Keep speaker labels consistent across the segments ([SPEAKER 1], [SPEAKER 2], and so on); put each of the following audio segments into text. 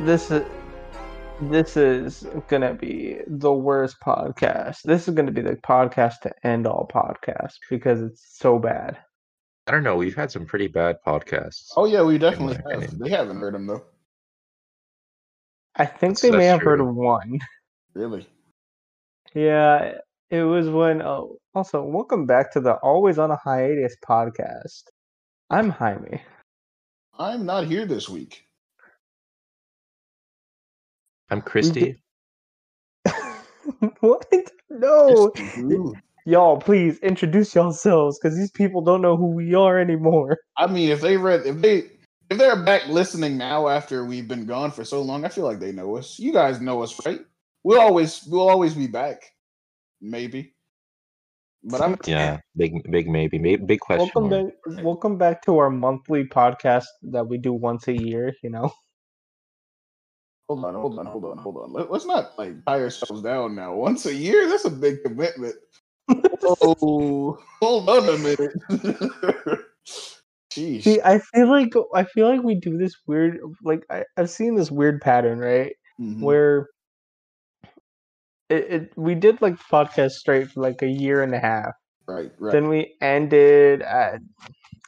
[SPEAKER 1] This is this is gonna be the worst podcast. This is gonna be the podcast to end all podcasts because it's so bad.
[SPEAKER 2] I don't know. We've had some pretty bad podcasts.
[SPEAKER 3] Oh yeah, we definitely
[SPEAKER 2] my
[SPEAKER 3] have.
[SPEAKER 2] opinion.
[SPEAKER 3] They haven't heard him though.
[SPEAKER 1] I think
[SPEAKER 2] That's-
[SPEAKER 1] they may
[SPEAKER 2] that's
[SPEAKER 1] have heard
[SPEAKER 2] true.
[SPEAKER 1] of one.
[SPEAKER 3] Really?
[SPEAKER 1] Yeah, it was when. Oh, also, welcome back to the Always on a Hiatus podcast. I'm Jaime.
[SPEAKER 3] I'm not here this week.
[SPEAKER 2] I'm Christy.
[SPEAKER 1] what? No,
[SPEAKER 3] Just you.
[SPEAKER 1] y'all, please introduce yourselves because these people don't know who we are anymore.
[SPEAKER 3] I mean, if they read, if they, if they're back listening now after we've been gone for so long, I feel like they know us. You guys know us, right? We'll always, we'll always be back. Maybe. But I'm
[SPEAKER 2] Yeah, big, big maybe, maybe big question.
[SPEAKER 1] welcome
[SPEAKER 2] mark.
[SPEAKER 1] back welcome back to our monthly podcast that we do once a year you know
[SPEAKER 3] Hold on, hold on, hold on, hold on. Let, let's not like tie ourselves down now. Once a year, that's a big commitment. oh, hold on a minute. Jeez.
[SPEAKER 1] see i feel like i feel like we do this weird like I, i've seen this weird pattern right
[SPEAKER 3] Mhm.
[SPEAKER 1] where it, it we did like podcast straight for like a year and a half
[SPEAKER 3] right, right.
[SPEAKER 1] then we ended at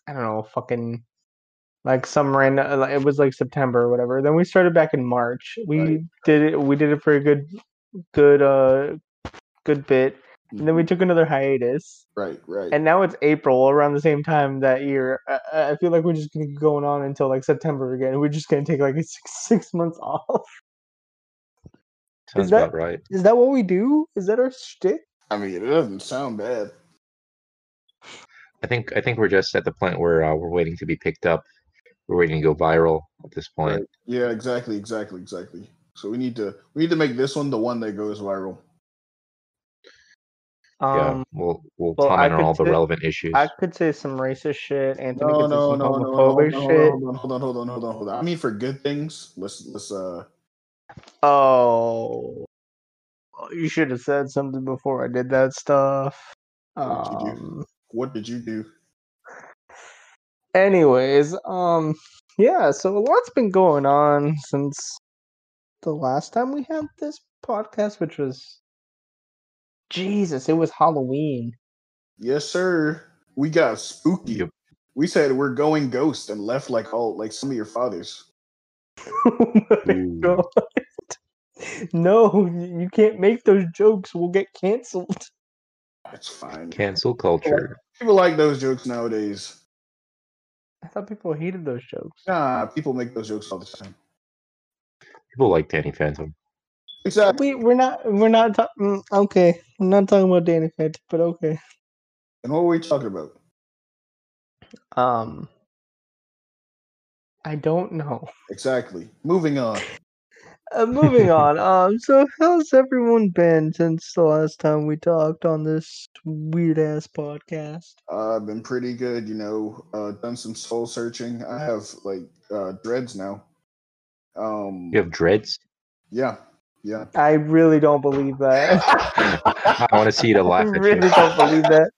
[SPEAKER 1] i don't know fucking like some random uh, like, it was like september or whatever then we started back in march we
[SPEAKER 3] Right.
[SPEAKER 1] did it we did it for a good good uh good bit and then we
[SPEAKER 3] Mhm.
[SPEAKER 1] took another hiatus
[SPEAKER 3] right, right.
[SPEAKER 1] and now it's April around the same time that year. I, I- I feel like we're just gonna keep going on until like September again. We're just gonna take like a six six months off.
[SPEAKER 2] Sounds
[SPEAKER 1] is that-
[SPEAKER 2] about right.
[SPEAKER 1] Is that what we do? Is that our shtick?
[SPEAKER 3] I mean, it doesn't sound bad.
[SPEAKER 2] I think I think we're just at the point where uh, we're waiting to be picked up. We're waiting to go viral at this point.
[SPEAKER 3] Right. Yeah, exactly, exactly, exactly. So we need to we need to make this one the one that goes viral.
[SPEAKER 2] yeah,
[SPEAKER 1] Um,
[SPEAKER 2] we'll we'll
[SPEAKER 1] well, I
[SPEAKER 2] comment on
[SPEAKER 1] could
[SPEAKER 2] all the
[SPEAKER 1] say-
[SPEAKER 2] relevant issues.
[SPEAKER 1] I could say some racist shit. Anthony
[SPEAKER 3] No,
[SPEAKER 1] could say
[SPEAKER 3] no,
[SPEAKER 1] some
[SPEAKER 3] no, no, no,
[SPEAKER 1] homophobic
[SPEAKER 3] no,
[SPEAKER 1] shit.
[SPEAKER 3] Hold on, hold on, hold on, hold on, hold on. I mean, for good things, let's let's uh.
[SPEAKER 1] Oh, you should have said something before I did that stuff.
[SPEAKER 3] What did you do?
[SPEAKER 1] Um,
[SPEAKER 3] What did you do?
[SPEAKER 1] anyways, um, yeah. So a lot's been going on since the last time we had this podcast, which was Jesus, it was Halloween.
[SPEAKER 3] Yes, sir. We got spooky.
[SPEAKER 2] Yep.
[SPEAKER 3] We said we're going ghost and left like all like some of your fathers.
[SPEAKER 1] Oh my
[SPEAKER 2] Ooh.
[SPEAKER 1] God. No, y- you can't make those jokes. We'll get canceled.
[SPEAKER 3] That's fine.
[SPEAKER 2] Cancel culture.
[SPEAKER 3] People like those jokes nowadays.
[SPEAKER 1] I thought people hated those jokes.
[SPEAKER 3] Nah, people make those jokes all the time.
[SPEAKER 2] People like Danny Phantom.
[SPEAKER 3] Exactly.
[SPEAKER 1] We we're not we're not talking. Okay, I'm not talking about Danny Phantom, but okay.
[SPEAKER 3] And what were we talking about?
[SPEAKER 1] Um, I don't know.
[SPEAKER 3] Exactly. Moving on.
[SPEAKER 1] Uh, moving on. Um, so how's everyone been since the last time we talked on this weird ass podcast?
[SPEAKER 3] Uh, I've been pretty good, you know. Uh, done some soul searching. I have like uh, dreads now. Um.
[SPEAKER 2] You have dreads.
[SPEAKER 3] Yeah. Yeah.
[SPEAKER 1] I really don't believe that.
[SPEAKER 2] I want to see you to
[SPEAKER 1] I
[SPEAKER 2] laugh at
[SPEAKER 1] really
[SPEAKER 2] you.
[SPEAKER 1] don't believe that.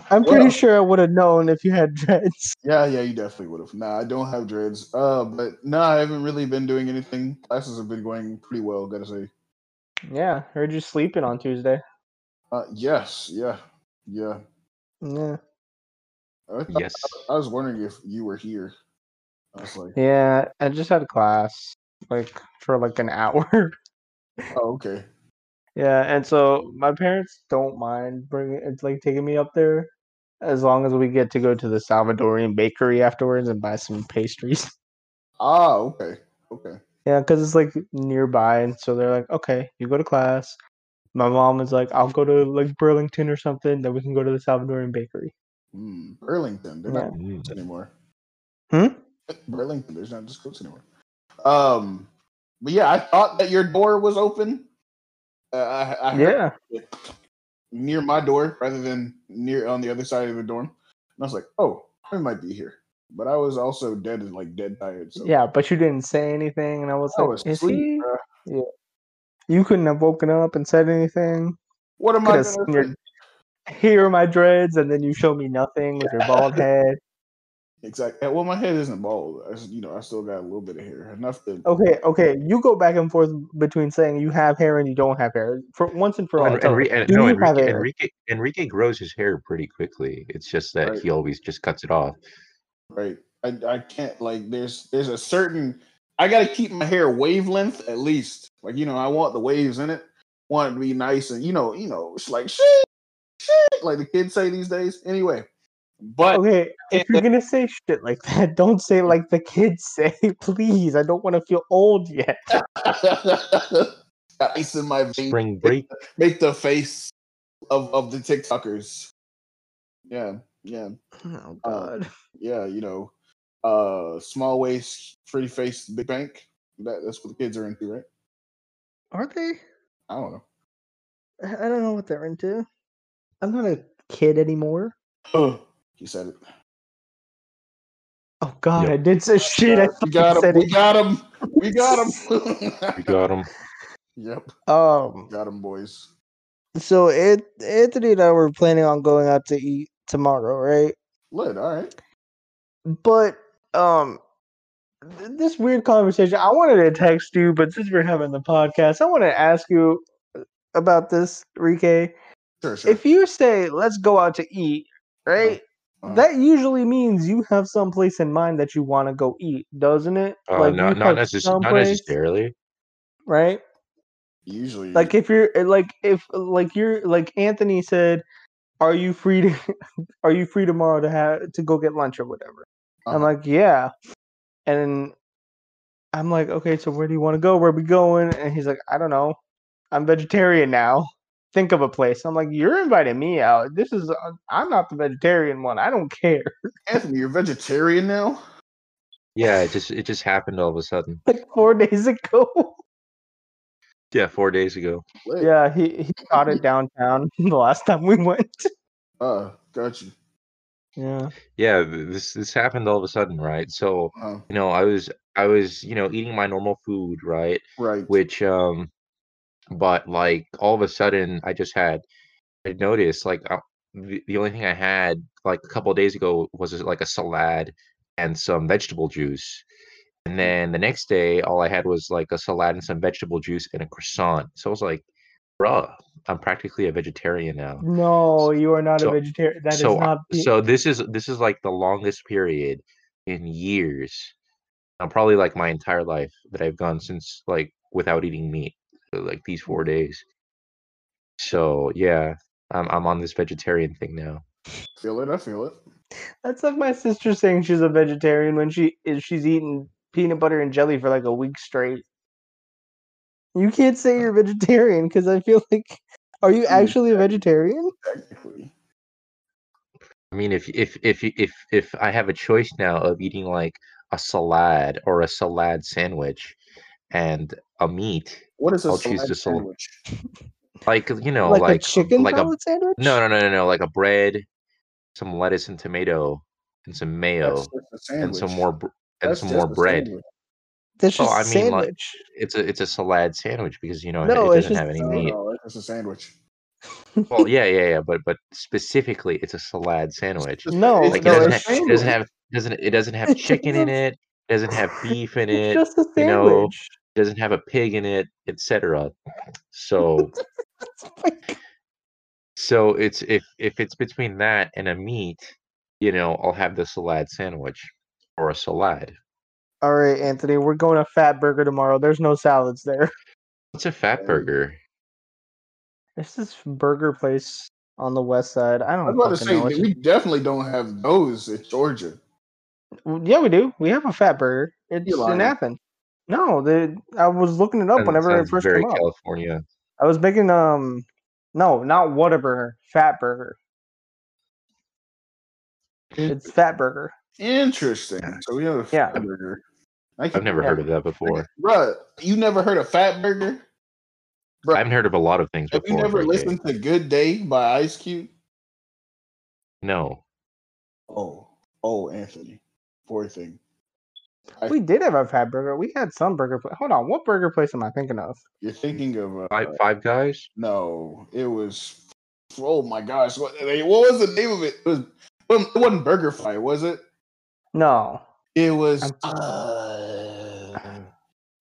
[SPEAKER 1] I'm pretty
[SPEAKER 3] Well-
[SPEAKER 1] sure I would have known if you had dreads.
[SPEAKER 3] Yeah, yeah, you definitely would have. Nah, I don't have dreads. Uh, but no, nah, I haven't really been doing anything. Classes have been going pretty well, gotta say.
[SPEAKER 1] Yeah, heard you sleeping on Tuesday.
[SPEAKER 3] Uh, yes, yeah, yeah.
[SPEAKER 1] Yeah,
[SPEAKER 3] I, thought-
[SPEAKER 2] Yes.
[SPEAKER 3] I was wondering if you were here. I was like,
[SPEAKER 1] yeah. I just had class like for like an hour.
[SPEAKER 3] oh, okay.
[SPEAKER 1] Yeah, and so my parents don't mind bringing it's like taking me up there as long as we get to go to the Salvadorian bakery afterwards and buy some pastries.
[SPEAKER 3] Ah, okay, okay.
[SPEAKER 1] Yeah, because it's like nearby, and so they're like, okay, you go to class. My mom is like, I'll go to like Burlington or something, then we can go to the Salvadorian bakery.
[SPEAKER 3] Hmm. Burlington, they're
[SPEAKER 1] Yeah.
[SPEAKER 3] not
[SPEAKER 2] Mm.
[SPEAKER 3] discounts anymore.
[SPEAKER 1] Hmm?
[SPEAKER 3] Burlington, there's not discounts anymore. Um, but yeah, I thought that your door was open. Uh, I, I heard
[SPEAKER 1] Yeah.
[SPEAKER 3] it near my door rather than near on the other side of the dorm. And I was like, oh, I might be here. But I was also dead and like dead tired. So
[SPEAKER 1] Yeah, but you didn't say anything, and I was
[SPEAKER 3] I
[SPEAKER 1] like,
[SPEAKER 3] was
[SPEAKER 1] is
[SPEAKER 3] asleep.
[SPEAKER 1] he?
[SPEAKER 3] bruh.
[SPEAKER 1] You couldn't have woken up and said anything.
[SPEAKER 3] What am
[SPEAKER 1] Could
[SPEAKER 3] I
[SPEAKER 1] have
[SPEAKER 3] gonna
[SPEAKER 1] seen your-
[SPEAKER 3] say?
[SPEAKER 1] Here are my dreads, and then you show me nothing with your bald head.
[SPEAKER 3] Exactly. Well, my head isn't bald. I, s- you know, I still got a little bit of hair. Enough to.
[SPEAKER 1] Okay, okay. You go back and forth between saying you have hair and you don't have hair. For once and for all.
[SPEAKER 2] And,
[SPEAKER 1] tell
[SPEAKER 2] Enri-
[SPEAKER 1] me,
[SPEAKER 2] and-
[SPEAKER 1] do
[SPEAKER 2] no,
[SPEAKER 1] you have
[SPEAKER 2] Enrique,
[SPEAKER 1] hair?
[SPEAKER 2] Enrique, Enrique grows his hair pretty quickly. It's just that
[SPEAKER 3] Right.
[SPEAKER 2] he always just cuts it off.
[SPEAKER 3] Right. I, I can't like there's there's a certain I gotta keep my hair wavelength at least. Like, you know, I want the waves in it. Want it to be nice and you know, you know, it's like shit, shit, like the kids say these days. Anyway. But
[SPEAKER 1] Okay, if you're gonna say shit like that, don't say like the kids say, please. I don't want to feel old yet.
[SPEAKER 3] got ice in my veins.
[SPEAKER 2] Spring break.
[SPEAKER 3] Make the face of, of the TikTokers. Yeah, yeah.
[SPEAKER 1] Oh
[SPEAKER 3] Uh,
[SPEAKER 1] god.
[SPEAKER 3] yeah, you know, uh small waist, pretty face, big bank. That, that's what the kids are into, right?
[SPEAKER 1] Are they?
[SPEAKER 3] I don't know.
[SPEAKER 1] I I don't know what they're into. I'm not a kid anymore.
[SPEAKER 3] Oh, he said it.
[SPEAKER 1] Oh god,
[SPEAKER 2] Yep.
[SPEAKER 1] I did say shit. I
[SPEAKER 3] We
[SPEAKER 1] fucking
[SPEAKER 3] got him.
[SPEAKER 1] said
[SPEAKER 3] We
[SPEAKER 1] it.
[SPEAKER 3] got him. We got him.
[SPEAKER 2] We got him.
[SPEAKER 3] yep,
[SPEAKER 1] Um
[SPEAKER 3] got him, boys.
[SPEAKER 1] so it Anthony and I were planning on going out to eat tomorrow, right?
[SPEAKER 3] Lit. All right.
[SPEAKER 1] But um th- this weird conversation I wanted to text you, but since we're having the podcast, I want to ask you uh, about this, Rike.
[SPEAKER 3] Sure, sure.
[SPEAKER 1] If you say let's go out to eat,
[SPEAKER 2] Uh,
[SPEAKER 1] right?
[SPEAKER 3] Uh-huh.
[SPEAKER 1] That usually means you have some place in mind that you want to go eat, doesn't it?
[SPEAKER 2] Uh,
[SPEAKER 1] Like,
[SPEAKER 2] not
[SPEAKER 1] you
[SPEAKER 2] not,
[SPEAKER 1] have
[SPEAKER 2] necess- not
[SPEAKER 1] someplace,
[SPEAKER 2] necessarily.
[SPEAKER 1] right?
[SPEAKER 3] Usually,
[SPEAKER 1] like if you're eh, like if like you're like anthony said are you free to are you free tomorrow to have to go get lunch or whatever i'm
[SPEAKER 3] Uh-huh.
[SPEAKER 1] like yeah and i'm like okay so where do you want to go where we going and he's like i don't know i'm vegetarian now think of a place i'm like you're inviting me out this is uh, i'm not the vegetarian one i don't care
[SPEAKER 3] Anthony, you're vegetarian now.
[SPEAKER 2] Yeah, it just it just happened all of a sudden.
[SPEAKER 1] like four days ago
[SPEAKER 2] Yeah, four days ago.
[SPEAKER 3] Lit.
[SPEAKER 1] yeah he, he caught it downtown the last time we went
[SPEAKER 3] Uh, got you.
[SPEAKER 1] yeah
[SPEAKER 2] Yeah, th- this this happened all of a sudden, right? So
[SPEAKER 3] Uh,
[SPEAKER 2] you know, I was I was you know eating my normal food, right?
[SPEAKER 3] right.
[SPEAKER 2] Which um, but like all of a sudden, I just had I noticed like uh, the, the only thing I had like a couple of days ago was just, like a salad and some vegetable juice. And then the next day, all I had was like a salad and some vegetable juice and a croissant. So I was like, bruh, I'm practically a vegetarian now.
[SPEAKER 1] no you are not
[SPEAKER 2] So-
[SPEAKER 1] a vegetarian That is
[SPEAKER 2] so I-
[SPEAKER 1] not the-
[SPEAKER 2] so this is this is like the longest period in years, uh, probably like my entire life that I've gone since like without eating meat, uh, like these
[SPEAKER 1] Mm.
[SPEAKER 2] four days. So yeah, I'm I'm on this vegetarian thing now.
[SPEAKER 3] Feel it. I feel it.
[SPEAKER 1] That's like my sister saying she's a vegetarian when she is she's eating peanut butter and jelly for like a week straight. You can't say you're vegetarian because I feel like are
[SPEAKER 2] Mm.
[SPEAKER 1] you actually a vegetarian?
[SPEAKER 3] Technically.
[SPEAKER 2] I mean, if if if y- if if I have a choice now of eating like a salad or a salad sandwich, and a meat,
[SPEAKER 3] What is a
[SPEAKER 2] I'll choose
[SPEAKER 3] salad
[SPEAKER 2] the sal-
[SPEAKER 3] sandwich?
[SPEAKER 2] like you know,
[SPEAKER 1] like,
[SPEAKER 2] like um,
[SPEAKER 1] a chicken
[SPEAKER 2] like a
[SPEAKER 1] salad sandwich?
[SPEAKER 2] no no no no no like a bread, some lettuce and tomato, and some mayo.
[SPEAKER 3] That's just a sandwich.
[SPEAKER 2] and some more br- and
[SPEAKER 3] That's
[SPEAKER 2] some
[SPEAKER 3] just
[SPEAKER 2] more
[SPEAKER 3] a
[SPEAKER 2] bread.
[SPEAKER 3] sandwich.
[SPEAKER 1] That's
[SPEAKER 2] well,
[SPEAKER 1] just a
[SPEAKER 2] Oh, I mean, like,
[SPEAKER 1] sandwich.
[SPEAKER 2] It's a it's a salad sandwich because you know it-
[SPEAKER 1] No,
[SPEAKER 2] it
[SPEAKER 1] it's
[SPEAKER 2] doesn't
[SPEAKER 1] just
[SPEAKER 2] have any
[SPEAKER 3] No,
[SPEAKER 2] meat.
[SPEAKER 3] no, that's just a sandwich.
[SPEAKER 2] Well, yeah, yeah, yeah, but but specifically, it's a salad sandwich.
[SPEAKER 3] Just-
[SPEAKER 1] No,
[SPEAKER 3] it's
[SPEAKER 2] Like it
[SPEAKER 1] no,
[SPEAKER 2] doesn't
[SPEAKER 1] it's,
[SPEAKER 2] have it doesn't have doesn't it doesn't have
[SPEAKER 1] It's
[SPEAKER 2] chicken in
[SPEAKER 1] just-
[SPEAKER 2] it. Doesn't have beef in
[SPEAKER 1] it's
[SPEAKER 2] it.
[SPEAKER 1] just a
[SPEAKER 2] you
[SPEAKER 1] sandwich.
[SPEAKER 2] know, Doesn't have a pig in it, etc. So
[SPEAKER 1] It's like-
[SPEAKER 2] so it's if if it's between that and a meat, you know, I'll have the salad sandwich or a salad.
[SPEAKER 1] All right, Anthony, we're going to Fat Burger tomorrow. There's no salads there.
[SPEAKER 2] What's a fat
[SPEAKER 3] Um,
[SPEAKER 2] burger?
[SPEAKER 1] There's this burger place on the west side. I
[SPEAKER 3] I
[SPEAKER 1] don't
[SPEAKER 3] was about to
[SPEAKER 1] fucking
[SPEAKER 3] say
[SPEAKER 1] know. It's
[SPEAKER 3] that we definitely don't have those in Georgia.
[SPEAKER 1] Well, Yeah, we do. We have a fat burger. It's
[SPEAKER 3] lying.
[SPEAKER 1] in Athens. No, the I was looking it up
[SPEAKER 2] Sounds-
[SPEAKER 1] whenever it
[SPEAKER 2] sounds
[SPEAKER 1] first
[SPEAKER 2] very
[SPEAKER 1] came up.
[SPEAKER 2] California.
[SPEAKER 1] I was making um, no, not Whataburger, Fat Burger. It's Fat Burger.
[SPEAKER 3] Interesting.
[SPEAKER 2] Yeah.
[SPEAKER 3] So we have a
[SPEAKER 1] Yeah.
[SPEAKER 3] fat burger. I
[SPEAKER 2] I've
[SPEAKER 3] can,
[SPEAKER 2] never
[SPEAKER 1] Yeah.
[SPEAKER 2] heard of that before.
[SPEAKER 3] bruh, you never heard of Fat Burger? Bruh,
[SPEAKER 2] I haven't heard of a lot of things
[SPEAKER 3] have you
[SPEAKER 2] before.
[SPEAKER 3] never
[SPEAKER 2] Enrique.
[SPEAKER 3] listened to Good Day by Ice Cube?
[SPEAKER 2] No.
[SPEAKER 3] Oh, oh, Anthony. Poor thing. I-
[SPEAKER 1] We did have a Fat Burger. We had some burger. Pla- Hold on, what burger place am I thinking of?
[SPEAKER 3] You're thinking of uh,
[SPEAKER 2] Five, five guys?
[SPEAKER 3] no. It was oh my gosh. What, what was the name of it? It was it wasn't Burger Fight, was it?
[SPEAKER 1] No.
[SPEAKER 3] It was
[SPEAKER 1] I'm-
[SPEAKER 3] uh,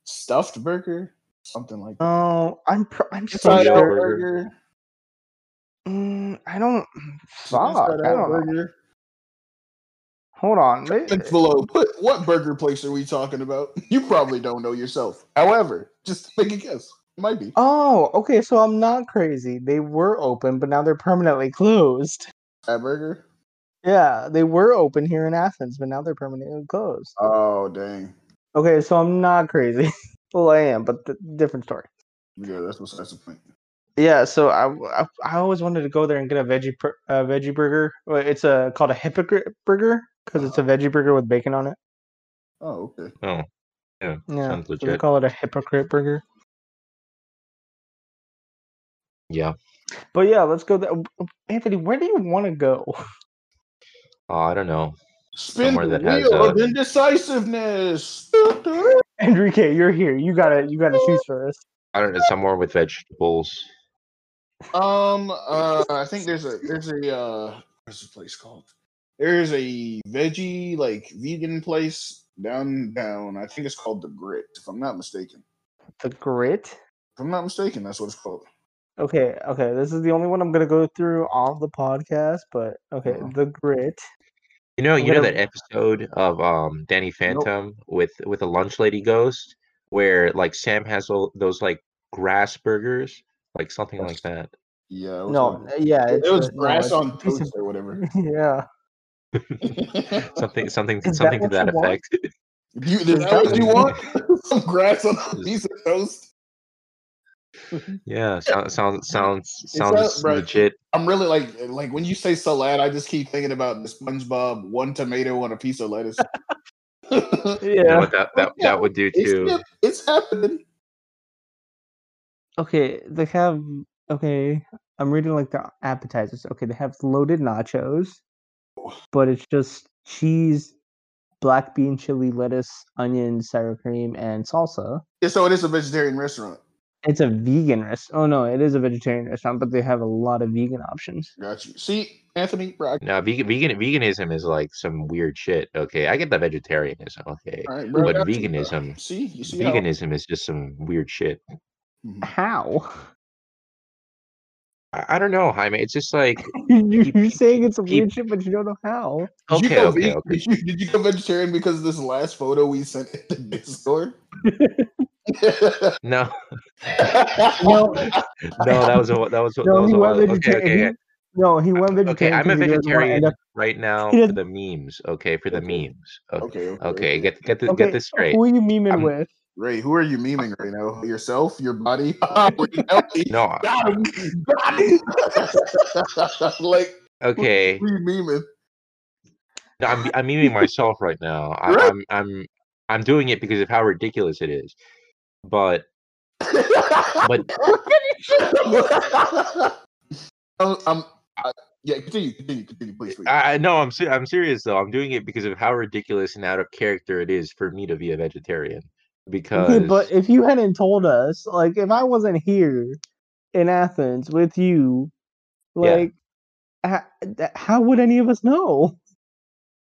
[SPEAKER 3] stuffed burger, something like that.
[SPEAKER 1] Oh, I'm pr- I'm so
[SPEAKER 3] Inside out
[SPEAKER 1] sure.
[SPEAKER 2] burger.
[SPEAKER 3] burger.
[SPEAKER 1] Mm, I don't. Fuck.
[SPEAKER 3] Inside
[SPEAKER 1] I
[SPEAKER 3] Out
[SPEAKER 1] don't know.
[SPEAKER 3] burger.
[SPEAKER 1] Hold on. wait-
[SPEAKER 3] Comments below. Put what burger place are we talking about? You probably don't know yourself. However, just make a guess. It might be.
[SPEAKER 1] Oh, okay. So I'm not crazy. They were open, but now they're permanently closed.
[SPEAKER 3] That burger?
[SPEAKER 1] Yeah, they were open here in Athens, but now they're permanently closed.
[SPEAKER 3] Oh dang.
[SPEAKER 1] Okay, so I'm not crazy. well, I am, but th- different story.
[SPEAKER 3] Yeah, that's what's that's the point.
[SPEAKER 1] Yeah, so I, w- I I always wanted to go there and get a veggie per, a veggie burger. Well, It's a called a hypocrite burger because it's a
[SPEAKER 2] Ah.
[SPEAKER 1] veggie burger with bacon on it.
[SPEAKER 3] Oh, okay.
[SPEAKER 2] Oh, yeah.
[SPEAKER 1] Yeah,
[SPEAKER 2] Sounds
[SPEAKER 1] so they
[SPEAKER 2] legit.
[SPEAKER 1] call it a hypocrite burger.
[SPEAKER 2] Yeah.
[SPEAKER 1] But yeah, let's go there. Anthony, where do you want to go?
[SPEAKER 2] Uh, I don't know.
[SPEAKER 3] Spin
[SPEAKER 2] Somewhere
[SPEAKER 3] the
[SPEAKER 2] that has,
[SPEAKER 3] wheel of
[SPEAKER 2] uh,
[SPEAKER 3] indecisiveness.
[SPEAKER 1] Enrique, you're here. You gotta you gotta choose first.
[SPEAKER 2] I don't know. Somewhere with vegetables.
[SPEAKER 3] Um, uh, I think there's a there's a uh, what's this place called? There's a veggie like vegan place down down. I think it's called the Grit, if I'm not mistaken.
[SPEAKER 1] The grit.
[SPEAKER 3] If I'm not mistaken, that's what it's called.
[SPEAKER 1] Okay, okay. This is the only one I'm gonna go through on the podcast, but okay,
[SPEAKER 3] Uh-huh.
[SPEAKER 1] the grit.
[SPEAKER 2] You know, you know
[SPEAKER 1] gonna-
[SPEAKER 2] that episode of um Danny Phantom with with a lunch lady ghost where like Sam has all those like grass burgers, like something like that.
[SPEAKER 3] Yeah. It was
[SPEAKER 1] No, uh,
[SPEAKER 3] on-
[SPEAKER 1] yeah,
[SPEAKER 3] it
[SPEAKER 1] it's
[SPEAKER 3] was
[SPEAKER 1] a- no,
[SPEAKER 3] grass
[SPEAKER 1] it's a
[SPEAKER 3] on
[SPEAKER 1] piece
[SPEAKER 3] toast
[SPEAKER 1] of-
[SPEAKER 3] or whatever.
[SPEAKER 1] Yeah.
[SPEAKER 2] Something something
[SPEAKER 1] Is that
[SPEAKER 2] something
[SPEAKER 1] what
[SPEAKER 2] to
[SPEAKER 1] you
[SPEAKER 2] that
[SPEAKER 1] want?
[SPEAKER 2] effect.
[SPEAKER 3] you, is that what you want? Some grass on a piece of toast.
[SPEAKER 2] yeah, sounds sounds sounds
[SPEAKER 3] sounds-
[SPEAKER 2] sounds
[SPEAKER 3] bro,
[SPEAKER 2] legit.
[SPEAKER 3] I'm really like like when you say salad, I just keep thinking about the SpongeBob one tomato on a piece of lettuce. it's,
[SPEAKER 2] You know
[SPEAKER 1] Yeah.
[SPEAKER 2] what that that, that would do too.
[SPEAKER 3] it's happening.
[SPEAKER 1] Okay, they have okay. I'm reading like the appetizers. Okay, they have loaded nachos, but it's just cheese, black bean chili, lettuce, onion, sour cream, and salsa.
[SPEAKER 3] Yeah, so it is a vegetarian restaurant.
[SPEAKER 1] It's a vegan restaurant. Oh no, it is a vegetarian restaurant, but they have a lot of vegan options.
[SPEAKER 3] Got you. See, Anthony, bro, I-
[SPEAKER 2] Now vegan vegan veganism is like some weird shit. Okay. I get the vegetarianism, okay.
[SPEAKER 3] all right, bro, I
[SPEAKER 2] But
[SPEAKER 3] got you, bro.
[SPEAKER 2] veganism
[SPEAKER 3] see, you see, how-
[SPEAKER 2] veganism is just some weird shit.
[SPEAKER 3] Mhm.
[SPEAKER 1] How?
[SPEAKER 2] I, I don't know, Jaime. It's just like
[SPEAKER 1] You-
[SPEAKER 2] Keep-
[SPEAKER 1] You're saying it's a
[SPEAKER 2] keep-
[SPEAKER 1] weird shit, but you don't know how.
[SPEAKER 3] Did you
[SPEAKER 2] okay,
[SPEAKER 3] go
[SPEAKER 2] okay,
[SPEAKER 3] vegan-
[SPEAKER 2] okay.
[SPEAKER 3] Did, you, did you go vegetarian because of this last photo we sent in the Discord?
[SPEAKER 2] No,
[SPEAKER 1] No,
[SPEAKER 2] no, that was a that was a- that
[SPEAKER 1] no,
[SPEAKER 2] was
[SPEAKER 1] he went
[SPEAKER 2] a while. Okay,
[SPEAKER 1] vegetarian.
[SPEAKER 2] okay,
[SPEAKER 1] he- No, he went
[SPEAKER 2] okay. okay.
[SPEAKER 1] vegetarian.
[SPEAKER 2] I'm a
[SPEAKER 1] 'cause he doesn't wanna end
[SPEAKER 2] vegetarian
[SPEAKER 1] up-
[SPEAKER 2] right now
[SPEAKER 1] He
[SPEAKER 2] for
[SPEAKER 1] doesn't-
[SPEAKER 2] the memes. Okay, for the
[SPEAKER 3] Okay.
[SPEAKER 2] memes. Okay,
[SPEAKER 3] okay, okay,
[SPEAKER 2] okay. Get get the,
[SPEAKER 1] Okay,
[SPEAKER 2] get this straight.
[SPEAKER 1] who are you memeing
[SPEAKER 2] I'm-
[SPEAKER 1] with?
[SPEAKER 3] Ray, who are you memeing right now? Yourself, your body, Oh, Already healthy?
[SPEAKER 2] No, I-
[SPEAKER 3] Got him, got him. like
[SPEAKER 2] okay.
[SPEAKER 3] who you memeing?
[SPEAKER 2] No, I'm I'm memeing myself right now. I,
[SPEAKER 3] Right.
[SPEAKER 2] I'm I'm I'm doing it because of how ridiculous it is. But but
[SPEAKER 3] I'm, I'm I, Um, uh, yeah. Continue, continue, continue, please. please.
[SPEAKER 2] I I- no, I'm se- I'm serious though. I'm doing it because of how ridiculous and out of character it is for me to be a vegetarian. Because
[SPEAKER 1] Okay, but if you hadn't told us, like if I wasn't here in Athens with you,
[SPEAKER 2] Yeah.
[SPEAKER 1] like ha- th- how would any of us know?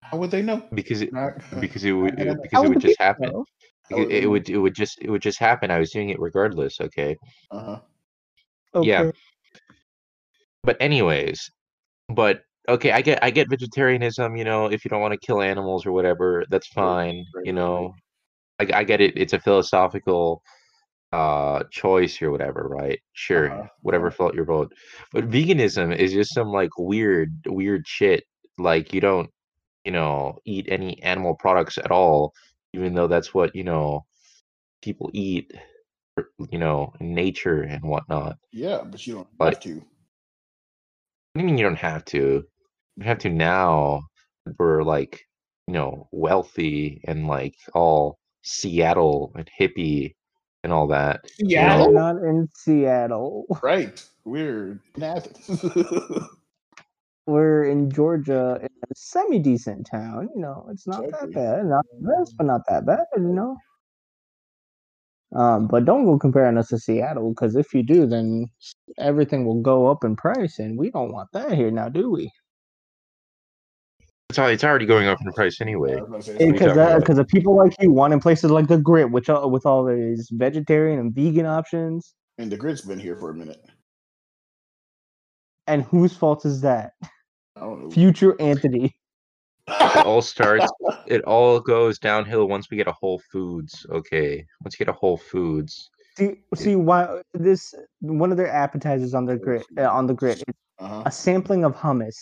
[SPEAKER 3] How would they know?
[SPEAKER 2] because it,
[SPEAKER 3] Not-
[SPEAKER 2] because it would
[SPEAKER 3] Uh, I don't
[SPEAKER 2] it-
[SPEAKER 3] know.
[SPEAKER 1] How
[SPEAKER 2] because it
[SPEAKER 1] would
[SPEAKER 2] would
[SPEAKER 1] the
[SPEAKER 2] just
[SPEAKER 1] people
[SPEAKER 2] happen.
[SPEAKER 1] know?
[SPEAKER 3] I
[SPEAKER 2] Because
[SPEAKER 3] would
[SPEAKER 2] it, it
[SPEAKER 3] think-
[SPEAKER 2] would it would just it would just happen. I was doing it regardless, okay?
[SPEAKER 3] uh-huh.
[SPEAKER 2] Yeah.
[SPEAKER 1] Okay.
[SPEAKER 2] But anyways, but okay, I get I get vegetarianism, you know, if you don't want to kill animals or whatever, that's
[SPEAKER 3] Right,
[SPEAKER 2] fine,
[SPEAKER 3] right,
[SPEAKER 2] you
[SPEAKER 3] right.
[SPEAKER 2] know. I, I get it. It's a philosophical uh choice or whatever, right? Sure.
[SPEAKER 3] Uh-huh,
[SPEAKER 2] Whatever felt your vote. But veganism is just some like weird weird shit. Like you don't, you know, eat any animal products at all, even though that's what, you know, people eat, or, you know, in nature and whatnot.
[SPEAKER 3] Yeah, but you don't
[SPEAKER 2] Like-
[SPEAKER 3] have to.
[SPEAKER 2] What do you mean you don't have to? You have to now. that We're like, you know, wealthy and like all Seattle and hippie and all that. you
[SPEAKER 1] Yeah,
[SPEAKER 2] know?
[SPEAKER 1] We're not in Seattle.
[SPEAKER 3] Right. Weird. In Athens.
[SPEAKER 1] We're in Georgia, in a semi-decent town. You know, it's not that
[SPEAKER 3] Exactly.
[SPEAKER 1] bad. Not the best, but not that bad. You know. Um, but don't go comparing us to Seattle because if you do, then everything will go up in price, and we don't want that here now, do we?
[SPEAKER 2] It's, al- it's already going up in price anyway.
[SPEAKER 3] I was about to say,
[SPEAKER 2] you talking
[SPEAKER 3] it's
[SPEAKER 1] because
[SPEAKER 2] about?
[SPEAKER 1] because the people like you want in places like the grit, which all, with all these vegetarian and vegan options.
[SPEAKER 3] and the grid's been here for a minute.
[SPEAKER 1] And whose fault is that?
[SPEAKER 3] I don't know.
[SPEAKER 1] Future Anthony.
[SPEAKER 2] It all starts. It all goes downhill once we get a Whole Foods. Okay, once you get a Whole Foods,
[SPEAKER 1] See, see why this one of their appetizers on their grit uh, on the grit is
[SPEAKER 3] uh-huh.
[SPEAKER 1] a sampling of hummus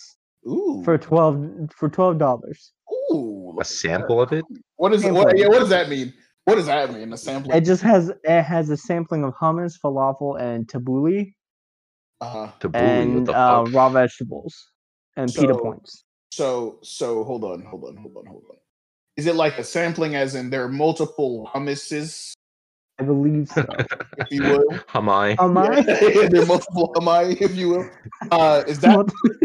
[SPEAKER 3] Ooh.
[SPEAKER 1] for twelve for twelve dollars.
[SPEAKER 3] Ooh. look
[SPEAKER 2] a
[SPEAKER 3] at
[SPEAKER 2] sample of it.
[SPEAKER 3] that. What is
[SPEAKER 1] Sample.
[SPEAKER 3] what? Yeah, what does that mean? What does that mean? A sample.
[SPEAKER 1] It just has it has a sampling of hummus, falafel, and tabbouleh,
[SPEAKER 3] Uh-huh.
[SPEAKER 2] Tabbouleh, what
[SPEAKER 1] and
[SPEAKER 2] the
[SPEAKER 1] uh,
[SPEAKER 2] fuck?
[SPEAKER 1] raw vegetables and pita
[SPEAKER 3] So-
[SPEAKER 1] points.
[SPEAKER 3] So so hold on, hold on, hold on, hold on. Is it like a sampling as in there are multiple hummuses,
[SPEAKER 1] I believe so. Oh,
[SPEAKER 3] if you will?
[SPEAKER 2] Hamai.
[SPEAKER 1] Am I?
[SPEAKER 3] Yeah, there are multiple humai, if you will. Uh is that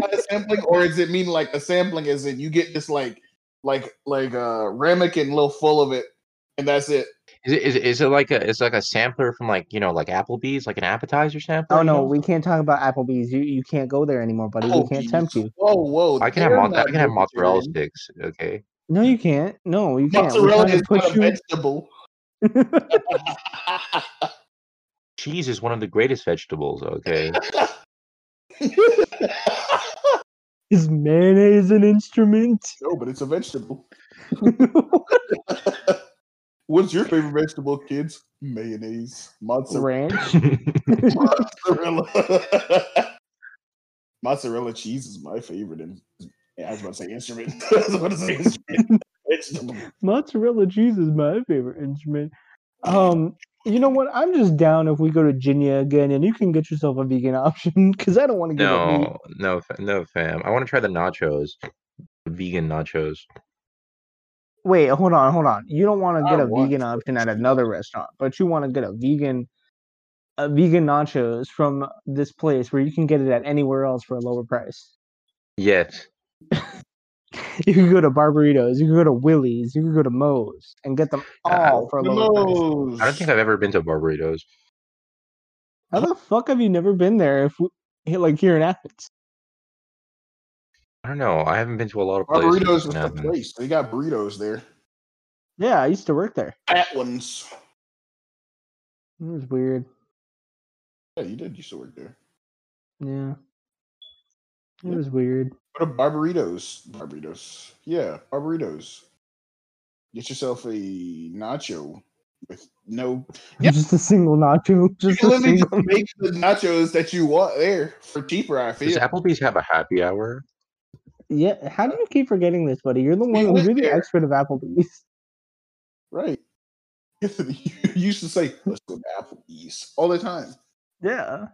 [SPEAKER 3] kind of sampling, or is it mean like a sampling as in you get this like like like a ramekin little full of it and that's it?
[SPEAKER 2] Is it, is it is it like a is it like a sampler from like you know like Applebee's like an appetizer sampler?
[SPEAKER 1] Oh
[SPEAKER 2] you
[SPEAKER 1] no,
[SPEAKER 2] know?
[SPEAKER 1] we can't talk about Applebee's. You you can't go there anymore, buddy.
[SPEAKER 3] Oh,
[SPEAKER 1] we can't
[SPEAKER 3] geez.
[SPEAKER 1] tempt you.
[SPEAKER 3] Whoa, whoa.
[SPEAKER 2] I can have
[SPEAKER 3] they're
[SPEAKER 2] mo- I
[SPEAKER 3] not
[SPEAKER 2] can have mozzarella
[SPEAKER 3] vegetarian.
[SPEAKER 2] sticks. Okay,
[SPEAKER 1] No, you can't. No, you can't. We're
[SPEAKER 3] Mozzarella
[SPEAKER 1] trying
[SPEAKER 3] is
[SPEAKER 1] to
[SPEAKER 3] not
[SPEAKER 1] push
[SPEAKER 3] a
[SPEAKER 1] you.
[SPEAKER 3] vegetable.
[SPEAKER 2] cheese is one of the greatest vegetables. Okay,
[SPEAKER 1] Is mayonnaise an instrument?
[SPEAKER 3] no, but it's a vegetable. What's your favorite vegetable, kids? Mayonnaise, mozzarella,
[SPEAKER 1] Ranch.
[SPEAKER 3] mozzarella. mozzarella cheese is my favorite. And yeah, I was about to say instrument. I was about to say instrument. vegetable.
[SPEAKER 1] Mozzarella cheese is my favorite instrument. Um, you know what? I'm just down if we go to Ginia again, and you can get yourself a vegan option because I don't want to give up meat.
[SPEAKER 2] no, no, fa- no, fam. I want to try the nachos, the vegan nachos.
[SPEAKER 1] Wait, hold on, hold on. You don't want to
[SPEAKER 3] I
[SPEAKER 1] get a
[SPEAKER 3] want
[SPEAKER 1] vegan
[SPEAKER 3] to.
[SPEAKER 1] option at another restaurant, but you want to get a vegan, a vegan nachos from this place where you can get it at anywhere else for a lower price.
[SPEAKER 2] Yes,
[SPEAKER 1] You can go to Barbaritos, you can go to Willie's, you can go to Moe's, and get them
[SPEAKER 2] Uh,
[SPEAKER 1] all Ah, for a lower price.
[SPEAKER 2] I don't think I've ever been to Barbaritos.
[SPEAKER 1] How the fuck have you never been there? If we, like here in Athens,
[SPEAKER 2] I don't know. I haven't been to a lot of places.
[SPEAKER 3] Burritos is
[SPEAKER 2] in
[SPEAKER 3] the
[SPEAKER 2] Athens.
[SPEAKER 3] place. They got burritos there.
[SPEAKER 1] yeah, I used to work there.
[SPEAKER 3] Fat ones.
[SPEAKER 1] It was weird.
[SPEAKER 3] Yeah, you did. You still work there.
[SPEAKER 1] Yeah, it
[SPEAKER 3] Yeah.
[SPEAKER 1] was weird.
[SPEAKER 3] Go to Barbaritos. Barbaritos. Yeah, Barbaritos. Get yourself a nacho with no. Yeah.
[SPEAKER 1] Just a single nacho.
[SPEAKER 3] You
[SPEAKER 1] Just
[SPEAKER 3] can
[SPEAKER 1] a
[SPEAKER 3] literally just
[SPEAKER 1] single.
[SPEAKER 3] make the nachos that you want there for cheaper. I
[SPEAKER 2] Does
[SPEAKER 3] feel.
[SPEAKER 2] Applebee's have a happy hour?
[SPEAKER 1] Yeah, how do you keep forgetting this, buddy? You're the
[SPEAKER 3] We
[SPEAKER 1] one who
[SPEAKER 3] went
[SPEAKER 1] you're the
[SPEAKER 3] there.
[SPEAKER 1] expert of Applebee's.
[SPEAKER 3] Right. You used to say, let's go to Applebee's all the time.
[SPEAKER 1] Yeah.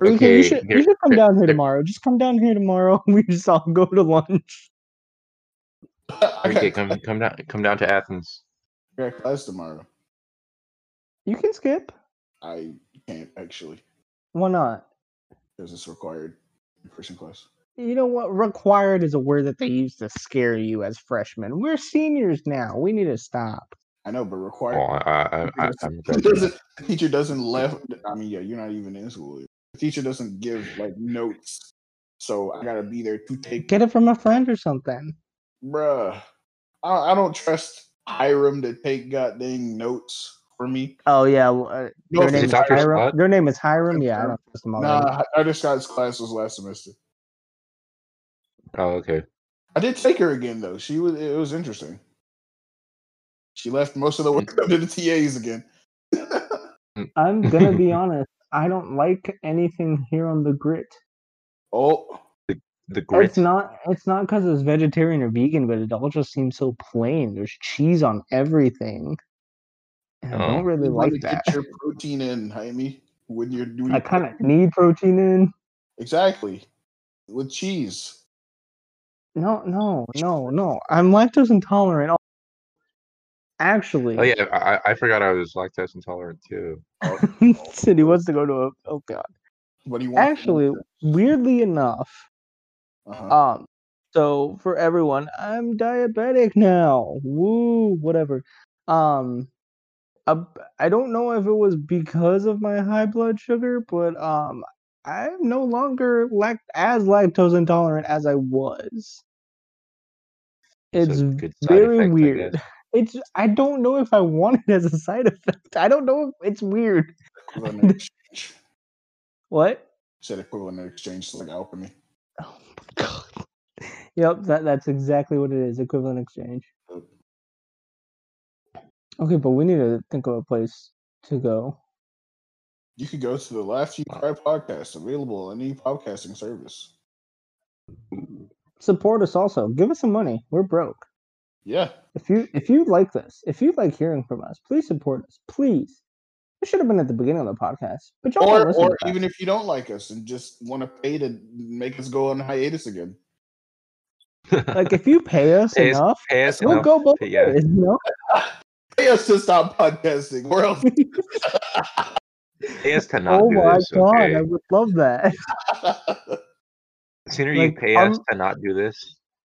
[SPEAKER 1] Or you, can, you
[SPEAKER 2] Okay,
[SPEAKER 1] should
[SPEAKER 2] here-
[SPEAKER 1] you should come
[SPEAKER 2] here-
[SPEAKER 1] down here
[SPEAKER 2] here-
[SPEAKER 1] tomorrow. Just come down here tomorrow. We just all go to lunch.
[SPEAKER 3] I
[SPEAKER 2] Okay,
[SPEAKER 3] got,
[SPEAKER 2] come come down come down to Athens.
[SPEAKER 3] I got class tomorrow.
[SPEAKER 1] You can skip.
[SPEAKER 3] I can't actually,
[SPEAKER 1] Why not?
[SPEAKER 3] because it's required in person class.
[SPEAKER 1] You know what? Required is a word that they used to scare you as freshmen. We're seniors now. We need to stop.
[SPEAKER 3] I know, but
[SPEAKER 2] Oh,
[SPEAKER 3] required.
[SPEAKER 2] I, I, I, I'm
[SPEAKER 3] the,
[SPEAKER 2] good.
[SPEAKER 3] doesn't, the teacher doesn't left. I mean, yeah, you're not even in school. yet. The teacher doesn't give like notes, so I gotta be there to take.
[SPEAKER 1] Get it from a friend or something.
[SPEAKER 3] Bruh, I, I don't trust Hiram to take goddamn notes for me.
[SPEAKER 1] Oh yeah, well, uh, their
[SPEAKER 3] No, offense,
[SPEAKER 1] name is
[SPEAKER 2] Dr.
[SPEAKER 1] Hiram.
[SPEAKER 2] Scott?
[SPEAKER 1] Their name is Hiram. Yeah, I
[SPEAKER 3] Hiram.
[SPEAKER 1] don't trust them all.
[SPEAKER 3] Nah, I just got his classes last semester.
[SPEAKER 2] Oh, okay.
[SPEAKER 3] I did take her again though. She was it was interesting. She left most of the work up to the TAs again.
[SPEAKER 1] I'm gonna be honest. I don't like anything here on the grit.
[SPEAKER 3] oh,
[SPEAKER 2] The grit.
[SPEAKER 1] It's not. It's not because it's vegetarian or vegan, but it all just seems so plain. There's cheese on everything. And I
[SPEAKER 2] Oh.
[SPEAKER 1] don't really
[SPEAKER 3] you want
[SPEAKER 1] like
[SPEAKER 3] to
[SPEAKER 1] that.
[SPEAKER 3] get your protein in, Jaime, when you're doing
[SPEAKER 1] I kind of need protein in.
[SPEAKER 3] exactly with cheese.
[SPEAKER 1] No, no, no, no. I'm lactose intolerant. Oh, Actually,
[SPEAKER 2] Oh yeah, I, I- I forgot I was lactose intolerant too.
[SPEAKER 1] Cindy wants to go to a. Oh god.
[SPEAKER 3] What do you want?
[SPEAKER 1] Actually, weirdly enough,
[SPEAKER 3] uh
[SPEAKER 2] Uh-huh.
[SPEAKER 1] um, so for everyone, I'm diabetic now. Woo, whatever. Um, ab- I don't know if it was because of my high blood sugar, but um, I'm no longer lact as lactose intolerant as I was.
[SPEAKER 2] It's a
[SPEAKER 1] It's
[SPEAKER 2] good side
[SPEAKER 1] very
[SPEAKER 2] effect, I
[SPEAKER 1] weird.
[SPEAKER 2] guess.
[SPEAKER 1] It's I don't know if I want it as a side effect. I don't know. If, it's weird.
[SPEAKER 3] Equivalent exchange.
[SPEAKER 1] What?
[SPEAKER 3] Said equivalent exchange is like alchemy.
[SPEAKER 1] Oh my god. Yep, that, that's exactly what it is. Equivalent exchange. Okay, but we need to think of a place to go.
[SPEAKER 3] You could go to the Laugh You Cry podcast available on any podcasting service.
[SPEAKER 1] Support us also. Give us some money. We're broke.
[SPEAKER 3] Yeah,
[SPEAKER 1] If you if you like this, if you like hearing from us, please support us. Please. It should have been at the beginning of the podcast, but y'all
[SPEAKER 3] or
[SPEAKER 1] don't listen
[SPEAKER 3] or
[SPEAKER 1] to that.
[SPEAKER 3] even if you don't like us and just want to pay to make us go on hiatus again,
[SPEAKER 1] like oh if you pay us
[SPEAKER 2] Pay us-
[SPEAKER 1] enough,
[SPEAKER 2] Pay us
[SPEAKER 1] we'll
[SPEAKER 2] enough.
[SPEAKER 1] go both
[SPEAKER 2] but yeah.
[SPEAKER 1] ways, you know?
[SPEAKER 3] pay us to stop podcasting. Or else
[SPEAKER 2] Pay us to not
[SPEAKER 1] Oh
[SPEAKER 2] do
[SPEAKER 1] my
[SPEAKER 2] this.
[SPEAKER 1] god,
[SPEAKER 2] Okay.
[SPEAKER 1] I would love that.
[SPEAKER 2] The sooner
[SPEAKER 1] like,
[SPEAKER 2] you pay us
[SPEAKER 1] um,
[SPEAKER 2] to not do this,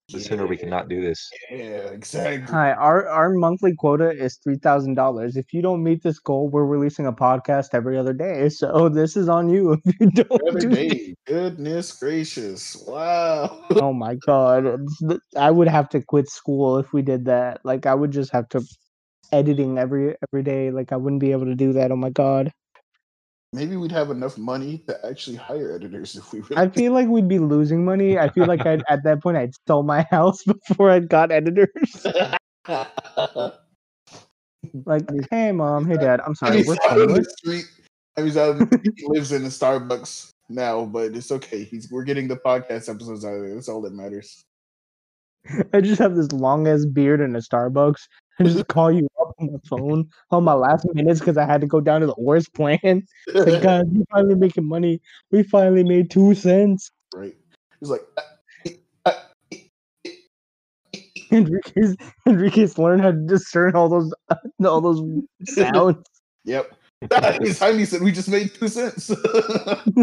[SPEAKER 2] the sooner we cannot do this.
[SPEAKER 3] Yeah, exactly.
[SPEAKER 1] Hi, our our monthly quota is three thousand dollars. If you don't meet this goal, we're releasing a podcast every other day. So this is on you if you don't
[SPEAKER 3] Every
[SPEAKER 1] do this.
[SPEAKER 3] day. Goodness gracious. Wow.
[SPEAKER 1] Oh my god, it's th- I would have to quit school if we did that. Like I would just have to editing every every day. Like I wouldn't be able to do that. Oh my god,
[SPEAKER 3] Maybe we'd have enough money to actually hire editors if we
[SPEAKER 1] I
[SPEAKER 3] really
[SPEAKER 1] feel like we'd be losing money. I feel like I'd, at that point I'd sell my house before I got editors. Like, hey mom, hey dad, I'm sorry,
[SPEAKER 3] Abby's
[SPEAKER 1] we're
[SPEAKER 3] out on
[SPEAKER 1] homeless.
[SPEAKER 3] the street. Abby's out on the street. He lives in a Starbucks now, but it's okay. He's we're getting the podcast episodes out of it. That's all that matters.
[SPEAKER 1] I just have this long ass beard and a Starbucks. I just call you up on my phone on my last minutes because I had to go down to the worst plan. Like, guys, we finally making money. We finally made two cents.
[SPEAKER 3] right. He's like,
[SPEAKER 1] Enrique's Enrique's learned how to discern all those all those sounds.
[SPEAKER 3] yep. His Jaime said we just made two cents.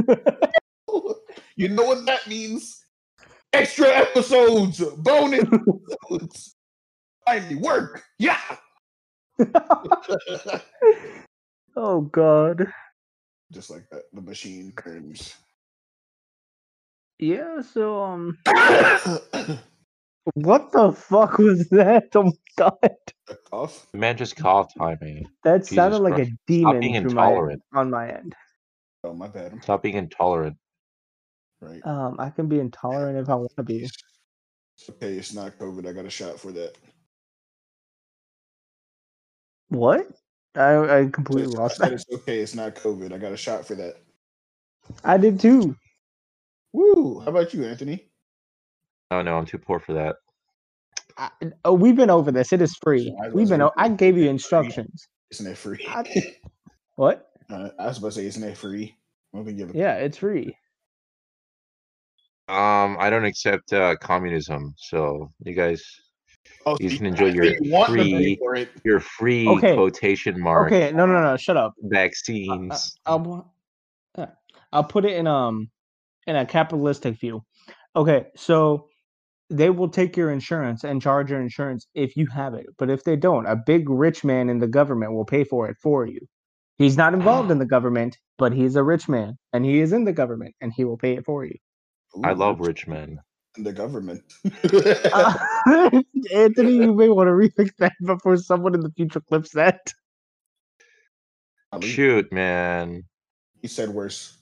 [SPEAKER 3] you know what that means? Extra episodes, bonus episodes. Finally, work. Yeah.
[SPEAKER 1] oh God.
[SPEAKER 3] Just like that, the machine turns.
[SPEAKER 1] Yeah. So um,
[SPEAKER 3] Cough.
[SPEAKER 1] what the fuck was that? Oh my God,
[SPEAKER 2] The man just coughed, Jaime.
[SPEAKER 1] that
[SPEAKER 2] Jesus
[SPEAKER 1] sounded like
[SPEAKER 2] Christ.
[SPEAKER 1] a demon
[SPEAKER 2] being
[SPEAKER 1] through my,
[SPEAKER 2] intolerant.
[SPEAKER 1] on my end.
[SPEAKER 3] Oh, my bad. I'm
[SPEAKER 2] Stop being intolerant.
[SPEAKER 3] Right.
[SPEAKER 1] Um, I can be intolerant if I want to be.
[SPEAKER 3] It's okay, it's not COVID. I got a shot for that.
[SPEAKER 1] What? I I completely
[SPEAKER 3] I
[SPEAKER 1] lost
[SPEAKER 3] said
[SPEAKER 1] that.
[SPEAKER 3] it's okay. It's not COVID. I got a shot for that.
[SPEAKER 1] I did too.
[SPEAKER 3] Woo! How about you, Anthony?
[SPEAKER 2] Oh no, I'm too poor for that.
[SPEAKER 1] I, oh, we've been over this. It is free.
[SPEAKER 3] I
[SPEAKER 1] We've been.
[SPEAKER 3] wasn't
[SPEAKER 1] o- I
[SPEAKER 3] even-
[SPEAKER 1] gave you instructions.
[SPEAKER 3] Isn't it free?
[SPEAKER 1] I- What?
[SPEAKER 3] Uh, I was about to say, isn't it free? I'm gonna give it.
[SPEAKER 1] Yeah, it's free.
[SPEAKER 2] Um, I don't accept uh, communism. So you guys,
[SPEAKER 3] Oh,
[SPEAKER 2] You
[SPEAKER 3] see,
[SPEAKER 2] can enjoy
[SPEAKER 3] I
[SPEAKER 2] your
[SPEAKER 3] didn't want to pay
[SPEAKER 2] free-
[SPEAKER 3] for it.
[SPEAKER 2] your free
[SPEAKER 1] Okay.
[SPEAKER 2] quotation mark
[SPEAKER 1] Okay. Uh, oh, No, no, no. Shut up.
[SPEAKER 2] vaccines.
[SPEAKER 1] I'll, wa- uh, I'll put it in um in a capitalistic view. Okay, so they will take your insurance and charge your insurance if you have it. But if they don't, a big rich man in the government will pay for it for you. He's not involved in the government, but he's a rich man and he is in the government and he will pay it for you.
[SPEAKER 2] I
[SPEAKER 3] Ooh,
[SPEAKER 2] love rich men.
[SPEAKER 3] the government.
[SPEAKER 1] Uh, Anthony, you may want to remix that before someone in the future clips that.
[SPEAKER 2] Shoot, man.
[SPEAKER 3] he said worse.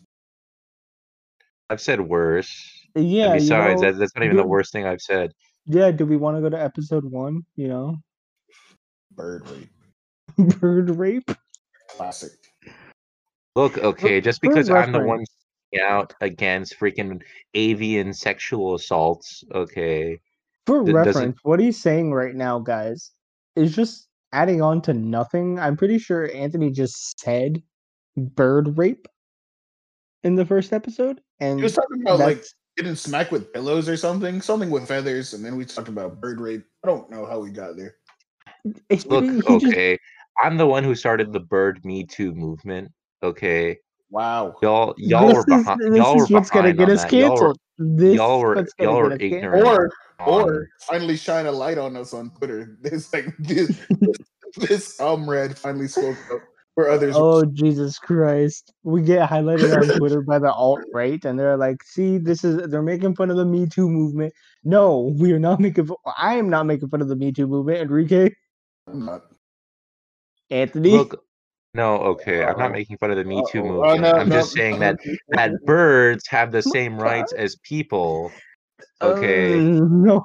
[SPEAKER 2] I've said worse.
[SPEAKER 1] Yeah.
[SPEAKER 2] and
[SPEAKER 1] you
[SPEAKER 2] besides,
[SPEAKER 1] know,
[SPEAKER 2] that, that's not even the
[SPEAKER 1] do-
[SPEAKER 2] worst thing I've said.
[SPEAKER 1] Yeah. Do we want to go to episode one? You know,
[SPEAKER 3] Bird rape.
[SPEAKER 1] bird rape.
[SPEAKER 3] Classic.
[SPEAKER 2] Look, okay, just
[SPEAKER 1] for
[SPEAKER 2] because I'm the
[SPEAKER 1] reference-
[SPEAKER 2] one speaking out against freaking avian sexual assaults, okay.
[SPEAKER 1] For
[SPEAKER 2] Th- doesn't-
[SPEAKER 1] reference, what he's saying right now, guys, is just adding on to nothing. I'm pretty sure Anthony just said bird rape in the first episode, and
[SPEAKER 3] He was talking about like
[SPEAKER 1] that's-
[SPEAKER 3] getting smacked with pillows or something, something with feathers, and then we talked about bird rape. I don't know how we got there.
[SPEAKER 1] it's-
[SPEAKER 2] Look,
[SPEAKER 1] he just-
[SPEAKER 2] okay, I'm the one who started the bird Me Too movement, okay.
[SPEAKER 3] Wow.
[SPEAKER 2] Y'all, y'all were
[SPEAKER 1] this is-
[SPEAKER 2] behind.
[SPEAKER 1] This
[SPEAKER 2] y'all
[SPEAKER 1] is
[SPEAKER 2] were
[SPEAKER 1] what's gonna
[SPEAKER 2] behind
[SPEAKER 1] get
[SPEAKER 2] on
[SPEAKER 1] us
[SPEAKER 2] that. Y'all were-
[SPEAKER 1] canceled. This
[SPEAKER 2] y'all
[SPEAKER 1] is
[SPEAKER 2] were-
[SPEAKER 1] what's gonna
[SPEAKER 2] y'all
[SPEAKER 1] get
[SPEAKER 2] were
[SPEAKER 1] us canceled.
[SPEAKER 2] ignorant.
[SPEAKER 3] Or
[SPEAKER 2] on-
[SPEAKER 3] or finally shine a light on us on Twitter. It's like this, this comrade um finally spoke up. where others
[SPEAKER 1] Oh Jesus Christ! We get highlighted on Twitter by the alt right, and they're like, "See, this is they're making fun of the Me Too movement." No, we are not making. fu- I am not making fun of the Me Too movement, Enrique,
[SPEAKER 3] I'm not.
[SPEAKER 1] Anthony.
[SPEAKER 2] Look, no, okay, I'm
[SPEAKER 3] Uh-oh.
[SPEAKER 2] not making fun of the Me Too
[SPEAKER 1] Oh,
[SPEAKER 3] Uh-oh. Uh,
[SPEAKER 2] movement.
[SPEAKER 3] no,
[SPEAKER 2] I'm
[SPEAKER 3] no,
[SPEAKER 2] just saying that
[SPEAKER 3] no.
[SPEAKER 2] that birds have the
[SPEAKER 1] my
[SPEAKER 2] same rights as people.
[SPEAKER 1] Uh,
[SPEAKER 2] Okay,
[SPEAKER 1] no.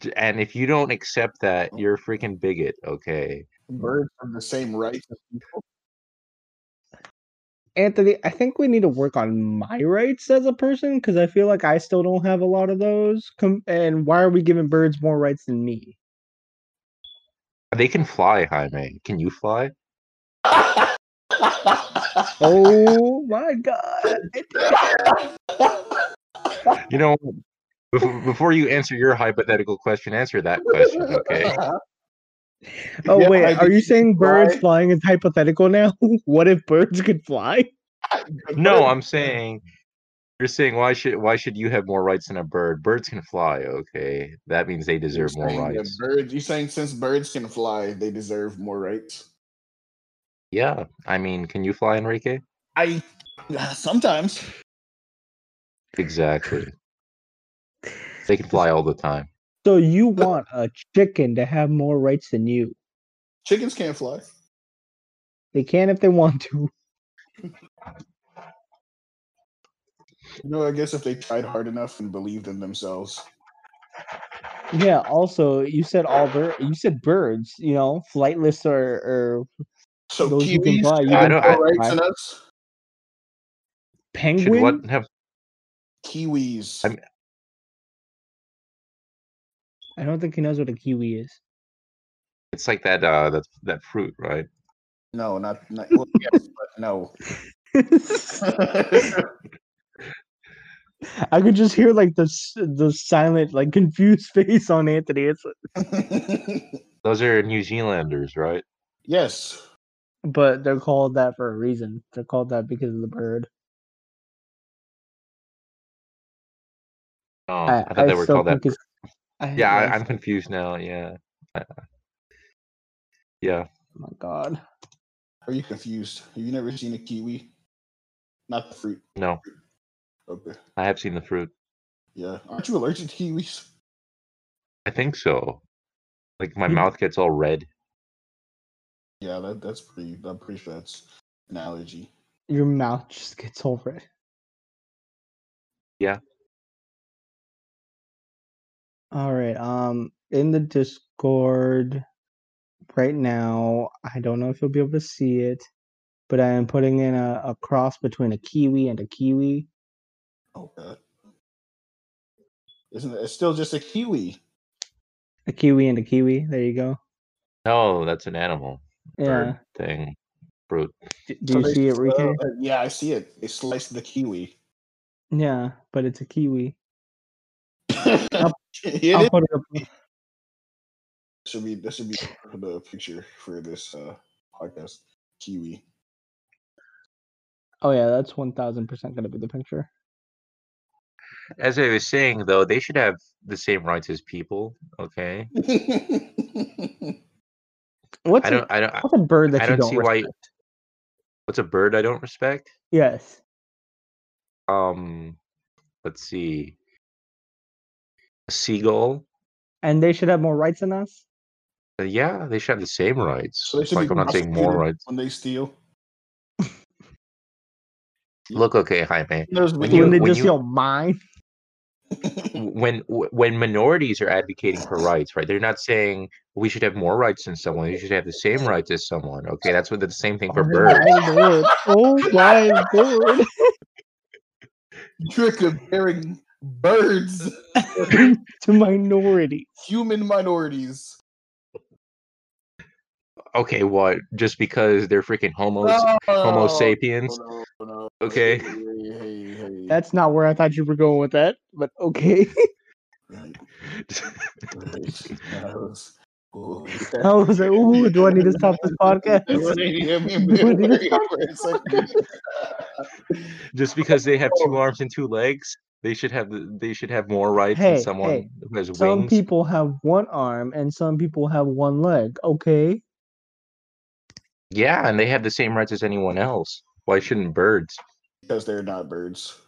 [SPEAKER 2] J- and if you don't accept that,
[SPEAKER 1] Oh.
[SPEAKER 2] you're a freaking bigot. Okay,
[SPEAKER 3] birds have the same rights as people.
[SPEAKER 1] Anthony, I think we need to work on my rights as a person because I feel like I still don't have a lot of those. Com- and why are we giving birds more rights than me?
[SPEAKER 2] they can fly, Jaime. Can you fly?
[SPEAKER 1] Oh my god!
[SPEAKER 2] You know, before, before you answer your hypothetical question, answer that question. Okay.
[SPEAKER 1] Oh
[SPEAKER 3] Yeah,
[SPEAKER 1] wait,
[SPEAKER 3] I
[SPEAKER 1] are
[SPEAKER 3] do
[SPEAKER 1] you saying birds
[SPEAKER 3] fly.
[SPEAKER 1] flying is hypothetical now? what if birds could fly?
[SPEAKER 2] No, I'm saying you're saying why should why should you have more rights than a bird? Birds can fly, okay? That means they
[SPEAKER 3] You're
[SPEAKER 2] deserve more
[SPEAKER 3] saying that
[SPEAKER 2] rights.
[SPEAKER 3] Birds, you saying since birds can fly, they deserve more rights?
[SPEAKER 2] Yeah, I mean, can you fly, Enrique?
[SPEAKER 3] I sometimes.
[SPEAKER 2] Exactly. They can fly all the time.
[SPEAKER 1] So you want a chicken to have more rights than you?
[SPEAKER 3] Chickens can't fly.
[SPEAKER 1] They can if they want to.
[SPEAKER 3] You know, I guess if they tried hard enough and believed in themselves.
[SPEAKER 1] Yeah. Also, you said all bir- you said birds. You know, flightless or, or
[SPEAKER 3] So
[SPEAKER 1] Those who can
[SPEAKER 3] kiwis
[SPEAKER 1] fly, you
[SPEAKER 3] have
[SPEAKER 2] can
[SPEAKER 3] more
[SPEAKER 2] fly.
[SPEAKER 3] rights than us.
[SPEAKER 2] Should
[SPEAKER 1] penguin.
[SPEAKER 2] what have
[SPEAKER 3] Kiwis.
[SPEAKER 2] I'm-
[SPEAKER 1] I don't think he knows what a kiwi is.
[SPEAKER 2] it's like that uh that that fruit, right?
[SPEAKER 3] no, not, not well, yes, but no.
[SPEAKER 1] I could just hear like the s- the silent, like confused face on Anthony. It's
[SPEAKER 2] Those are New Zealanders, right?
[SPEAKER 3] yes.
[SPEAKER 1] but they're called that for a reason. They're called that because of the bird.
[SPEAKER 2] Oh,
[SPEAKER 1] I,
[SPEAKER 2] I, thought they were
[SPEAKER 1] still
[SPEAKER 2] called that.
[SPEAKER 1] think it's. I,
[SPEAKER 2] Yeah,
[SPEAKER 1] I
[SPEAKER 2] I, I'm
[SPEAKER 1] s-
[SPEAKER 2] confused now. Yeah. Uh, Yeah.
[SPEAKER 1] oh my god.
[SPEAKER 3] Are you confused? Have you never seen a kiwi? Not the fruit.
[SPEAKER 2] No,
[SPEAKER 3] Okay.
[SPEAKER 2] I have seen the fruit.
[SPEAKER 3] Yeah. Aren't you allergic to kiwis?
[SPEAKER 2] I think so. Like my
[SPEAKER 1] You-
[SPEAKER 2] mouth gets all red.
[SPEAKER 3] Yeah, that, that's pretty. I'm pretty sure that's an allergy.
[SPEAKER 1] Your mouth just gets all red.
[SPEAKER 2] Yeah.
[SPEAKER 1] All right. Um, in the Discord right now, I don't know if you'll be able to see it, but I am putting in a, a cross between a kiwi and a kiwi.
[SPEAKER 3] Oh God. Isn't it? It's still just a kiwi.
[SPEAKER 1] A kiwi and a kiwi. There you go.
[SPEAKER 2] No, Oh, that's an animal.
[SPEAKER 1] Yeah.
[SPEAKER 2] Bird thing. Fruit.
[SPEAKER 1] D- Do
[SPEAKER 3] So
[SPEAKER 1] you
[SPEAKER 3] they
[SPEAKER 1] see it,
[SPEAKER 3] sl-
[SPEAKER 1] Ricky?
[SPEAKER 3] uh, yeah, I see it. They sliced the kiwi.
[SPEAKER 1] Yeah, but it's a kiwi.
[SPEAKER 3] It
[SPEAKER 1] I'll
[SPEAKER 3] is-
[SPEAKER 1] put it up.
[SPEAKER 3] should be that should be the picture for this uh, podcast. Kiwi.
[SPEAKER 1] Oh yeah, that's one thousand percent gonna be the picture.
[SPEAKER 2] As I was saying though, they should have the same rights as people. Okay.
[SPEAKER 1] What's
[SPEAKER 2] I
[SPEAKER 1] a,
[SPEAKER 2] don't I don't I-
[SPEAKER 1] what's a bird that
[SPEAKER 2] I
[SPEAKER 1] you
[SPEAKER 2] don't
[SPEAKER 1] don't
[SPEAKER 2] see why-
[SPEAKER 1] respect?
[SPEAKER 2] what's a bird I don't respect?
[SPEAKER 1] Yes.
[SPEAKER 2] Um let's see. A seagull.
[SPEAKER 1] And they should have more rights than us?
[SPEAKER 2] Uh, yeah, they should have the same rights.
[SPEAKER 3] so they
[SPEAKER 2] It's
[SPEAKER 3] should
[SPEAKER 2] like
[SPEAKER 3] be
[SPEAKER 2] I'm not saying more
[SPEAKER 3] prosecuted
[SPEAKER 2] rights.
[SPEAKER 3] when they steal.
[SPEAKER 2] Look, okay, Jaime.
[SPEAKER 3] There's
[SPEAKER 2] When
[SPEAKER 1] when
[SPEAKER 2] you-
[SPEAKER 1] they
[SPEAKER 2] when
[SPEAKER 1] just
[SPEAKER 2] you-
[SPEAKER 1] yell mine.
[SPEAKER 2] w- when w- when minorities are advocating for rights, right? They're not saying we should have more rights than someone. You should have the same rights as someone. Okay, that's what the same thing for
[SPEAKER 1] oh
[SPEAKER 2] birds.
[SPEAKER 1] my lord. Oh my lord.
[SPEAKER 3] trick of pairing birds,
[SPEAKER 1] to minority.
[SPEAKER 3] human minorities.
[SPEAKER 2] Okay, what? Just because they're freaking homos, homo sapiens?
[SPEAKER 3] No, Oh. no, no.
[SPEAKER 2] Okay.
[SPEAKER 3] Hey, hey, hey.
[SPEAKER 1] That's not where I thought you were going with that, but okay.
[SPEAKER 3] Hey, hey. That was- ooh,
[SPEAKER 1] I was like, ooh, do I need to stop this
[SPEAKER 3] that was-
[SPEAKER 1] podcast?
[SPEAKER 3] yeah, me-
[SPEAKER 1] Do I need to
[SPEAKER 3] me-
[SPEAKER 1] stop
[SPEAKER 3] for a second.
[SPEAKER 2] Just because they have two
[SPEAKER 3] Oh.
[SPEAKER 2] arms and two legs, they should have the- they should have more rights
[SPEAKER 1] Hey,
[SPEAKER 2] than someone
[SPEAKER 1] hey,
[SPEAKER 2] who has
[SPEAKER 1] Some
[SPEAKER 2] wings.
[SPEAKER 1] people have one arm and some people have one leg. Okay.
[SPEAKER 2] Yeah, and they have the same rights as anyone else. Why shouldn't birds?
[SPEAKER 3] because they're not birds.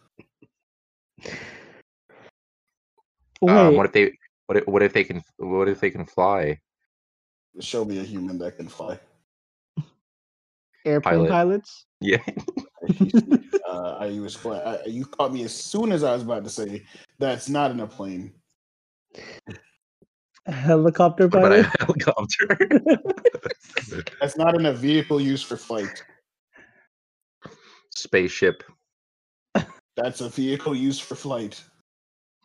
[SPEAKER 2] Um,
[SPEAKER 1] Wait,
[SPEAKER 2] what if they? What if, what if they can? What if they can fly?
[SPEAKER 3] Show me a human that can fly.
[SPEAKER 1] airplane
[SPEAKER 2] pilot.
[SPEAKER 1] pilots?
[SPEAKER 2] Yeah,
[SPEAKER 3] uh, I was glad I, you caught me as soon as I was about to say that's not in a plane.
[SPEAKER 1] Helicopter
[SPEAKER 2] what about
[SPEAKER 1] pilots?
[SPEAKER 2] a helicopter?
[SPEAKER 3] That's not in a vehicle used for flight.
[SPEAKER 2] Spaceship.
[SPEAKER 3] That's a vehicle used for flight.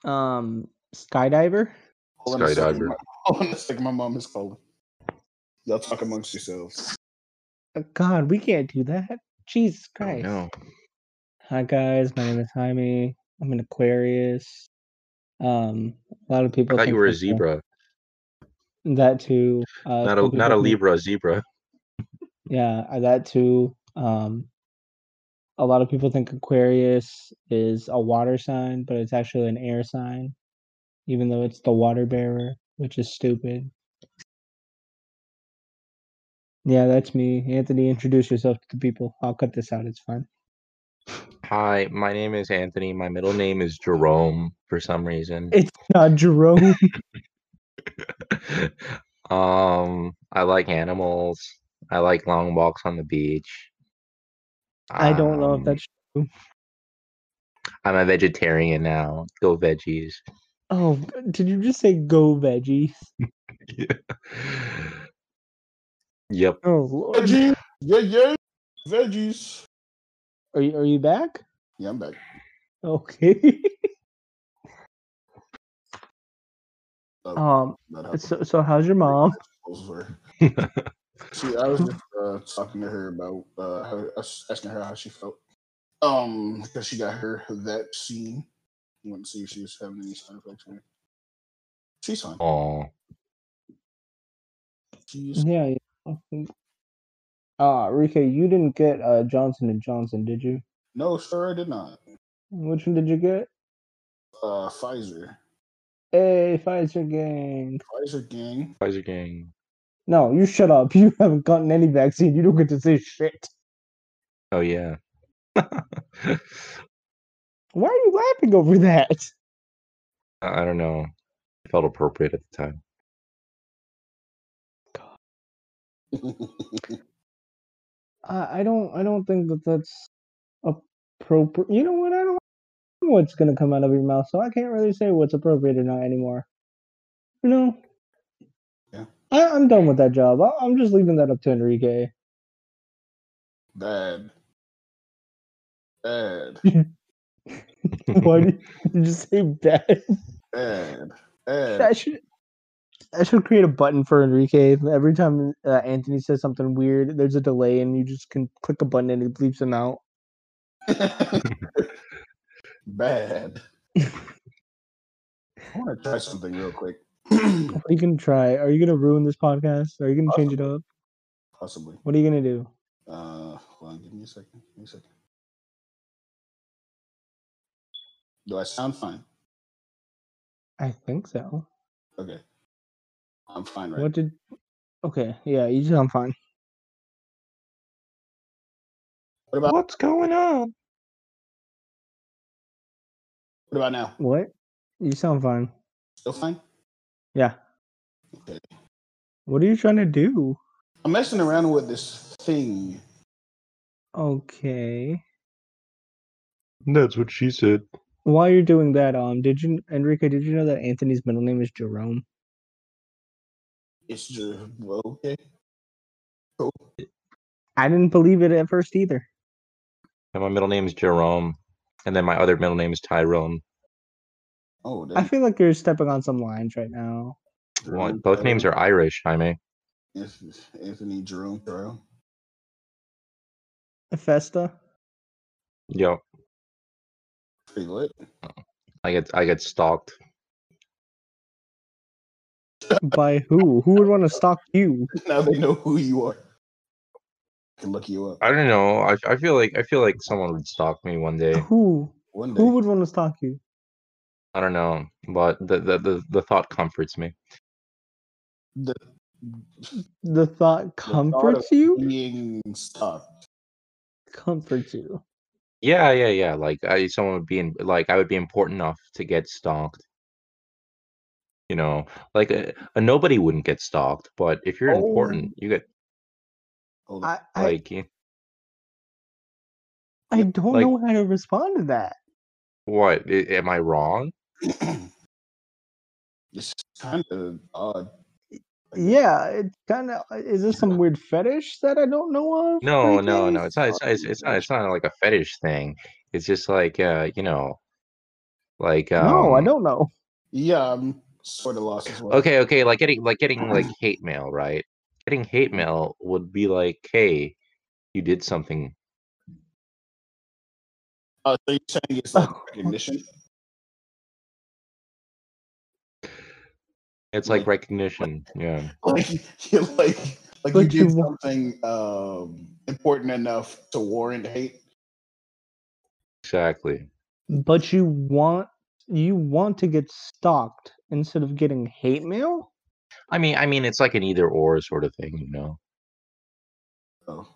[SPEAKER 1] Um, skydiver?
[SPEAKER 3] Hold on a second,
[SPEAKER 2] Skydiver.
[SPEAKER 3] my- Hold on a second. My mom is calling. Y'all talk amongst yourselves.
[SPEAKER 1] Uh, God, we can't do that. Jesus
[SPEAKER 2] Oh,
[SPEAKER 1] Christ.
[SPEAKER 2] no.
[SPEAKER 1] Hi guys, my name is Jaime. I'm an Aquarius. Um, a lot of people
[SPEAKER 2] I thought you
[SPEAKER 1] think
[SPEAKER 2] were a
[SPEAKER 1] that the-
[SPEAKER 2] zebra.
[SPEAKER 1] That too. Uh,
[SPEAKER 2] Not
[SPEAKER 1] some
[SPEAKER 2] a
[SPEAKER 1] people
[SPEAKER 2] not a
[SPEAKER 1] think-
[SPEAKER 2] Libra, a zebra.
[SPEAKER 1] Yeah, uh, that too. Um, a lot of people think Aquarius is a water sign, but it's actually an air sign, even though it's the water bearer, which is stupid. Yeah, that's me. Anthony, introduce yourself to the people. I'll cut this out. It's fine.
[SPEAKER 2] Hi, my name is Anthony. My middle name is Jerome for some reason.
[SPEAKER 1] Uh, Jerome.
[SPEAKER 2] um, I like animals. I like long walks on the beach.
[SPEAKER 1] I don't know if
[SPEAKER 2] Um,
[SPEAKER 1] that's.
[SPEAKER 2] I'm a vegetarian now. Go veggies.
[SPEAKER 1] Oh, g- did you just say go veggies?
[SPEAKER 2] yep.
[SPEAKER 1] Oh, Lord.
[SPEAKER 3] Veggies, yeah, yeah, veggies.
[SPEAKER 1] Are you, are you back?
[SPEAKER 3] Yeah, I'm back.
[SPEAKER 1] Okay.
[SPEAKER 3] Oh,
[SPEAKER 1] um.
[SPEAKER 3] not how
[SPEAKER 1] So, so how's your mom?
[SPEAKER 3] those were. See, I was just uh, talking to her about uh, how, us- asking her how she felt. Um, because she got her vaccine. Went to see if she was having any side effects. Or She's fine.
[SPEAKER 2] Oh,
[SPEAKER 3] She's
[SPEAKER 1] Yeah. yeah. Uh, Rika, you didn't get uh Johnson and Johnson, did you?
[SPEAKER 3] no, sir, I did not.
[SPEAKER 1] Which one did you get?
[SPEAKER 3] Uh, Pfizer,
[SPEAKER 1] Hey, Pfizer gang.
[SPEAKER 3] Pfizer gang.
[SPEAKER 2] Pfizer gang.
[SPEAKER 1] No, you shut up. You haven't gotten any vaccine. You don't get to say shit.
[SPEAKER 2] Oh yeah.
[SPEAKER 1] Why are you laughing over that?
[SPEAKER 2] I I don't know. It felt appropriate at the time.
[SPEAKER 1] I, I don't. I don't think that that's appropriate. You know what? I don't know what's gonna come out of your mouth, so I can't really say what's appropriate or not anymore. You know.
[SPEAKER 3] Yeah.
[SPEAKER 1] I, I'm done with that job. I, I'm just leaving that up to Enrique.
[SPEAKER 3] Bad. Bad.
[SPEAKER 1] Why did you just say bad?
[SPEAKER 3] Bad. Bad.
[SPEAKER 1] I should I should create a button for Enrique. Every time uh, Anthony says something weird, there's a delay, and you just can click a button and it bleeps him out.
[SPEAKER 3] Bad. I want to try something real quick. Possibly.
[SPEAKER 1] What are you gonna try? Are you gonna ruin this podcast? Are you gonna change it up? What are you gonna do?
[SPEAKER 3] Uh, hold on, give me a second. Give me a second. Do I sound fine?
[SPEAKER 1] I think so.
[SPEAKER 3] Okay. I'm fine right
[SPEAKER 1] What did? Okay, yeah, you sound fine.
[SPEAKER 3] What about
[SPEAKER 2] What's going on?
[SPEAKER 3] what about now?
[SPEAKER 1] What? You sound fine.
[SPEAKER 3] Still fine?
[SPEAKER 1] Yeah.
[SPEAKER 3] Okay.
[SPEAKER 1] What are you trying to do?
[SPEAKER 3] I'm messing around with this thing.
[SPEAKER 1] Okay.
[SPEAKER 2] That's what she said.
[SPEAKER 1] While you're doing that, um, did you, Enrique? Did you know that Anthony's middle name is Jerome?
[SPEAKER 3] It's just well, okay. Cool.
[SPEAKER 1] I didn't believe it at first either.
[SPEAKER 2] And my middle name is Jerome, and then my other middle name is Tyrone.
[SPEAKER 3] Oh,
[SPEAKER 1] I
[SPEAKER 3] that's
[SPEAKER 1] feel like you're stepping on some lines right now.
[SPEAKER 2] Well, both names are Irish, Jaime.
[SPEAKER 3] Anthony Jerome Terrell.
[SPEAKER 1] Festa.
[SPEAKER 2] Yo,
[SPEAKER 3] Pretty lit.
[SPEAKER 2] I get I get stalked.
[SPEAKER 1] By who? Who would want to stalk you?
[SPEAKER 3] Now they know who you are. Can look you up
[SPEAKER 2] I don't know. I, I feel like I feel like someone would stalk me one day.
[SPEAKER 1] Who?
[SPEAKER 3] one day.
[SPEAKER 1] Who would want to stalk you?
[SPEAKER 2] I don't know, but the the the, the thought comforts me.
[SPEAKER 1] The thought comforts you.
[SPEAKER 3] being stuck.
[SPEAKER 1] Comforts you.
[SPEAKER 2] Yeah, yeah, yeah. Like I, someone would be in, like I would be important enough to get stalked. You know, like a, a nobody wouldn't get stalked, but if you're important, you get
[SPEAKER 3] Hold on.
[SPEAKER 1] I I,
[SPEAKER 2] like you-
[SPEAKER 1] I don't
[SPEAKER 2] like-
[SPEAKER 1] know how to respond to that.
[SPEAKER 2] what? I- Am I wrong?
[SPEAKER 3] it's kind of odd.
[SPEAKER 1] Yeah, it's kind of. Is this some weird fetish that I don't know of?
[SPEAKER 2] No,
[SPEAKER 1] Pretty
[SPEAKER 2] no,
[SPEAKER 1] face?
[SPEAKER 2] no. It's not. It's not. It's, it's not. It's not like a fetish thing. It's just like uh, you know, like um,
[SPEAKER 1] no, I don't know.
[SPEAKER 3] Yeah, I'm sort of lost as well.
[SPEAKER 2] okay okay like getting like getting like hate mail right getting hate mail would be like hey you did something
[SPEAKER 3] Uh, so you're saying it's like recognition?
[SPEAKER 2] it's like
[SPEAKER 3] Like-
[SPEAKER 2] recognition yeah
[SPEAKER 3] like you like like
[SPEAKER 1] But
[SPEAKER 3] you did
[SPEAKER 1] you wa-
[SPEAKER 3] something um important enough to warrant hate.
[SPEAKER 2] exactly
[SPEAKER 1] But you want you want to get stalked instead of getting hate mail.
[SPEAKER 2] i mean i mean it's like an either or sort of thing you know
[SPEAKER 3] Oh.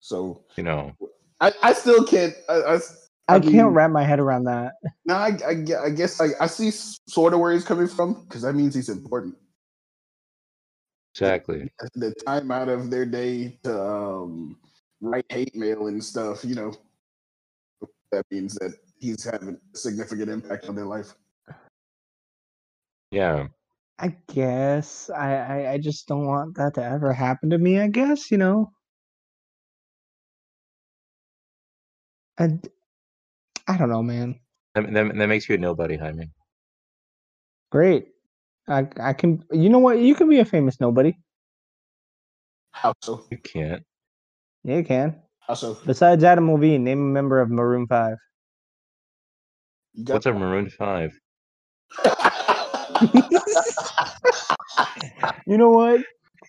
[SPEAKER 3] So
[SPEAKER 2] you know
[SPEAKER 3] I, I still can't I, I s-
[SPEAKER 1] I,
[SPEAKER 3] I
[SPEAKER 1] can't
[SPEAKER 3] mean-
[SPEAKER 1] wrap my head around that.
[SPEAKER 3] no I, I, gue- I guess I, I see sort of where he's coming from because that means he's important.
[SPEAKER 2] exactly
[SPEAKER 3] The time out of their day to um, write hate mail and stuff, you know, that means that he's having a significant impact on their life.
[SPEAKER 2] yeah
[SPEAKER 1] I guess I, I I just don't want that to ever happen to me. I guess you know. I I don't know, man.
[SPEAKER 2] that, that, that makes you a nobody jaime
[SPEAKER 1] Great. I I can. You know what? You can be a famous nobody.
[SPEAKER 3] How so?
[SPEAKER 2] you can't
[SPEAKER 1] Yeah, you can.
[SPEAKER 3] How so?
[SPEAKER 1] Besides Adam Levine, name a member of Maroon Five.
[SPEAKER 3] You got
[SPEAKER 2] what's a maroon 5
[SPEAKER 1] You know what?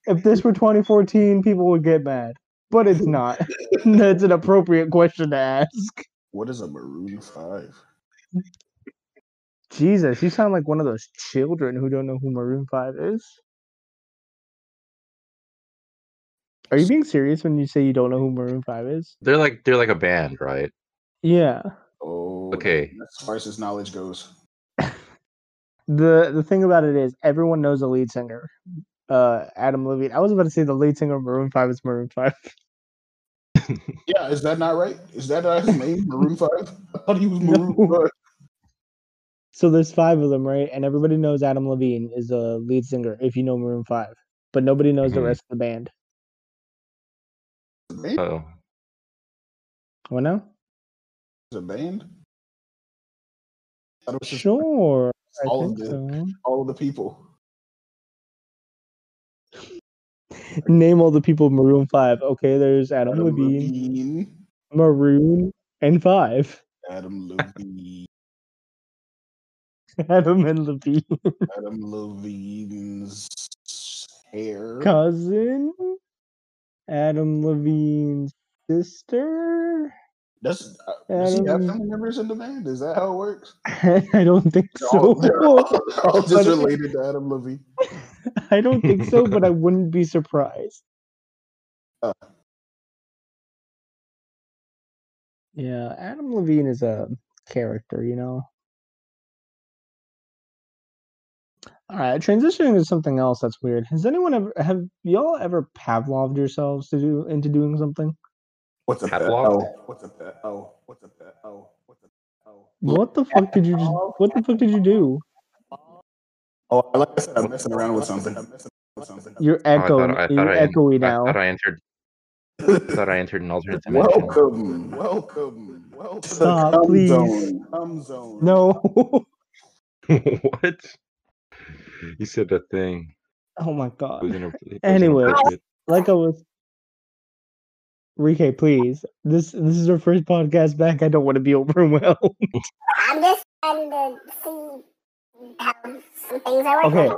[SPEAKER 1] If this were 2014, people would get mad, but it's not. That's an appropriate question to ask.
[SPEAKER 3] what is a maroon five?
[SPEAKER 1] Jesus, you sound like one of those children who don't know who Maroon 5 is. Are you being serious when you say you don't know who Maroon 5 is?
[SPEAKER 2] they're like they're like a band right
[SPEAKER 1] Yeah.
[SPEAKER 3] Oh,
[SPEAKER 2] Okay.
[SPEAKER 3] As far as his knowledge goes,
[SPEAKER 1] The the thing about it is everyone knows the lead singer. Uh Adam Levine. I was about to say the lead singer of Maroon 5 is Maroon 5.
[SPEAKER 3] yeah, is that not right? Is that not his name, Maroon Five? I thought he was Maroon
[SPEAKER 1] No.
[SPEAKER 3] Five.
[SPEAKER 1] So there's five of them, right? And everybody knows Adam Levine is the lead singer if you know Maroon 5. But nobody knows
[SPEAKER 3] Mm-hmm.
[SPEAKER 1] the
[SPEAKER 2] Mhm.
[SPEAKER 1] rest of the band.
[SPEAKER 3] Is a band?
[SPEAKER 2] oh
[SPEAKER 1] Wanna know?
[SPEAKER 3] Is a band? I thought it was just
[SPEAKER 1] Sure. I
[SPEAKER 3] all of
[SPEAKER 1] think
[SPEAKER 3] the
[SPEAKER 1] so.
[SPEAKER 3] all of the people.
[SPEAKER 1] Name all the people of Maroon Five. Okay, there's Adam,
[SPEAKER 3] Adam
[SPEAKER 1] Levine,
[SPEAKER 3] Levine.
[SPEAKER 1] Maroon, and Five.
[SPEAKER 3] Adam Levine.
[SPEAKER 1] Adam and Levine
[SPEAKER 3] Adam Levine's hair.
[SPEAKER 1] cousin. Adam Levine's sister.
[SPEAKER 3] Does, uh, does he have
[SPEAKER 1] Adam-
[SPEAKER 3] family members in the band? Is that how it works?
[SPEAKER 1] I don't think
[SPEAKER 3] They're all,
[SPEAKER 1] so.
[SPEAKER 3] they're all- they're all just
[SPEAKER 1] But-
[SPEAKER 3] related to Adam Levine.
[SPEAKER 1] I don't think so, but I wouldn't be surprised.
[SPEAKER 3] Uh.
[SPEAKER 1] Yeah, Adam Levine is a character, you know. All right, transitioning to something else that's weird. Has anyone ever have y'all ever Pavloved yourselves to do into doing something?
[SPEAKER 3] What's a pet?
[SPEAKER 2] Pavlov?
[SPEAKER 3] Oh, what's a pet? Oh, what's a pet? Oh, what's a pet? Oh.
[SPEAKER 1] What the fuck did you just, what the fuck did you do?
[SPEAKER 3] Oh, like I said, I'm messing around with something. I'm messing with something.
[SPEAKER 1] You're
[SPEAKER 2] Oh, I thought-
[SPEAKER 1] echoing.
[SPEAKER 2] I thought
[SPEAKER 1] You're
[SPEAKER 2] I-
[SPEAKER 1] echoey
[SPEAKER 2] I
[SPEAKER 1] now.
[SPEAKER 2] thought I entered I thought I entered an alternate dimension.
[SPEAKER 3] welcome, welcome, welcome. to the
[SPEAKER 1] Stop,
[SPEAKER 3] cum
[SPEAKER 1] please.
[SPEAKER 3] Zone. Cum zone.
[SPEAKER 1] No.
[SPEAKER 2] what? You said the thing.
[SPEAKER 1] oh my
[SPEAKER 2] It was
[SPEAKER 1] god.
[SPEAKER 2] inap- it was
[SPEAKER 1] Anyway.
[SPEAKER 2] inappropriate.
[SPEAKER 1] Like I was. Rike, please. This this is our first podcast back. I don't want to be overwhelmed.
[SPEAKER 4] I'm just trying to see how some things are working.
[SPEAKER 1] Okay.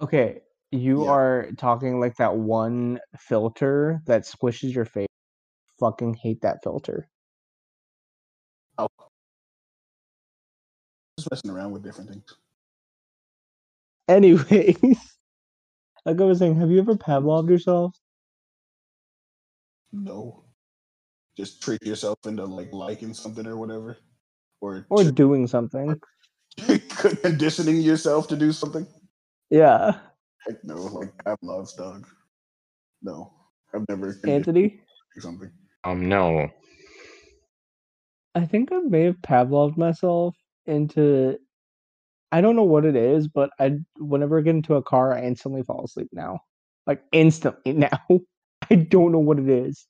[SPEAKER 1] Okay, you
[SPEAKER 3] Yeah.
[SPEAKER 1] are talking like that one filter that squishes your face. Fucking hate that filter.
[SPEAKER 3] Just messing around with different things.
[SPEAKER 1] Anyways, Like I was saying, have you ever Pavloved yourself?
[SPEAKER 3] No. Just trick yourself into like liking something or whatever. Or,
[SPEAKER 1] Or doing something?
[SPEAKER 3] conditioning yourself to do something.
[SPEAKER 1] Yeah.
[SPEAKER 3] Heck no, like I've lost dog. No. I've never conditioned
[SPEAKER 1] Anthony?
[SPEAKER 3] something.
[SPEAKER 2] Um, no.
[SPEAKER 1] I think I may have Pavloved myself into I don't know what it is, but I whenever I get into a car, I instantly fall asleep now. Like instantly now. I don't know what it is.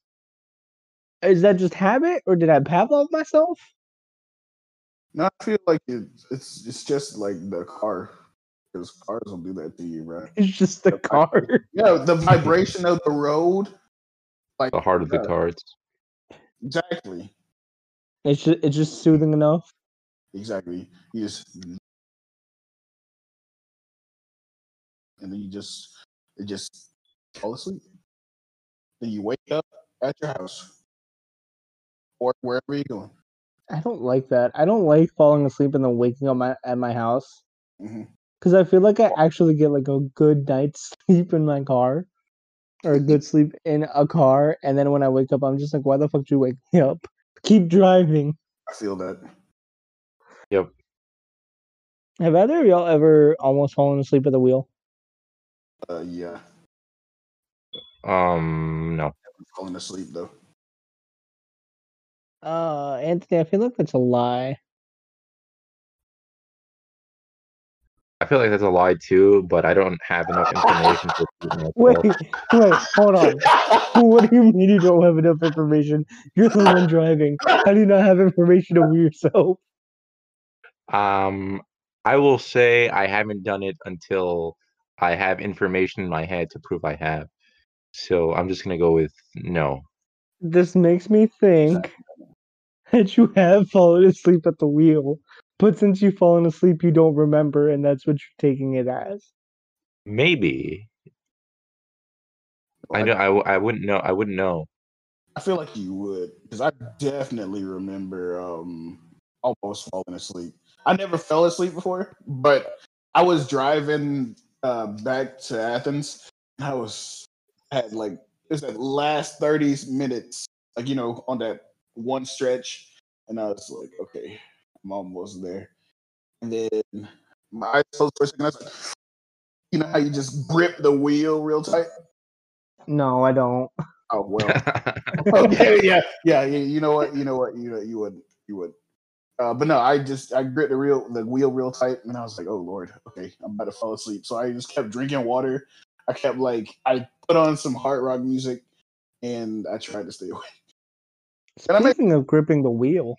[SPEAKER 1] Is that just habit or did I Pavlov myself?
[SPEAKER 3] No, I feel like it's it's, it's just like the car. Because cars will do that to you, right?
[SPEAKER 1] It's just the car.
[SPEAKER 3] Yeah, the vibration of the road. Like
[SPEAKER 2] The heart of the
[SPEAKER 3] yeah,
[SPEAKER 2] cards.
[SPEAKER 3] Exactly.
[SPEAKER 1] It's just, it's just soothing enough.
[SPEAKER 3] Exactly. You just and then you just it just fall asleep. Then you wake up at your house or wherever you're going.
[SPEAKER 1] I don't like that. I don't like falling asleep and then waking up my, at my house
[SPEAKER 3] Mhm.
[SPEAKER 1] because I feel like I actually get like a good night's sleep in my car or a good sleep in a car. And then when I wake up, I'm just like, why the fuck did you wake me up? Keep driving.
[SPEAKER 3] I feel that.
[SPEAKER 1] Have either of y'all ever almost fallen asleep at the wheel?
[SPEAKER 3] Uh, yeah,
[SPEAKER 2] Um, no.
[SPEAKER 3] I'm falling asleep though.
[SPEAKER 1] Uh, Anthony, I feel like that's a lie.
[SPEAKER 2] I feel like that's a lie too, but I don't have enough information to prove myself.
[SPEAKER 1] Wait, wait, hold on. what do you mean you don't have enough information? You're the one driving. How do you not have information over yourself?
[SPEAKER 2] Um, I will say I haven't done it until I have information in my head to prove I have. So I'm just gonna go with no.
[SPEAKER 1] This makes me think that you have fallen asleep at the wheel, but since you've fallen asleep, you don't remember, and that's what you're taking it as.
[SPEAKER 2] Maybe I know I, w- I wouldn't know. I wouldn't know.
[SPEAKER 3] I feel like you would, because I definitely remember um almost falling asleep. I never fell asleep before, but I was driving uh back to Athens and I was had like it was that last 30 minutes, like you know, on that one stretch, and I was like, okay, I'm almost there. And then my eyes closed for a second. I was like, you know how you just grip the wheel real tight?
[SPEAKER 1] No, I don't.
[SPEAKER 3] Oh well. okay, yeah, yeah. You, you know what? You know what? You know you would you would. Uh, but no, I just I gripped the real the wheel real tight, and I was like, oh lord, okay, I'm about to fall asleep. So I just kept drinking water. I kept like I put on some hard rock music, and I tried to stay awake. Can I make-
[SPEAKER 1] Speaking of gripping the wheel.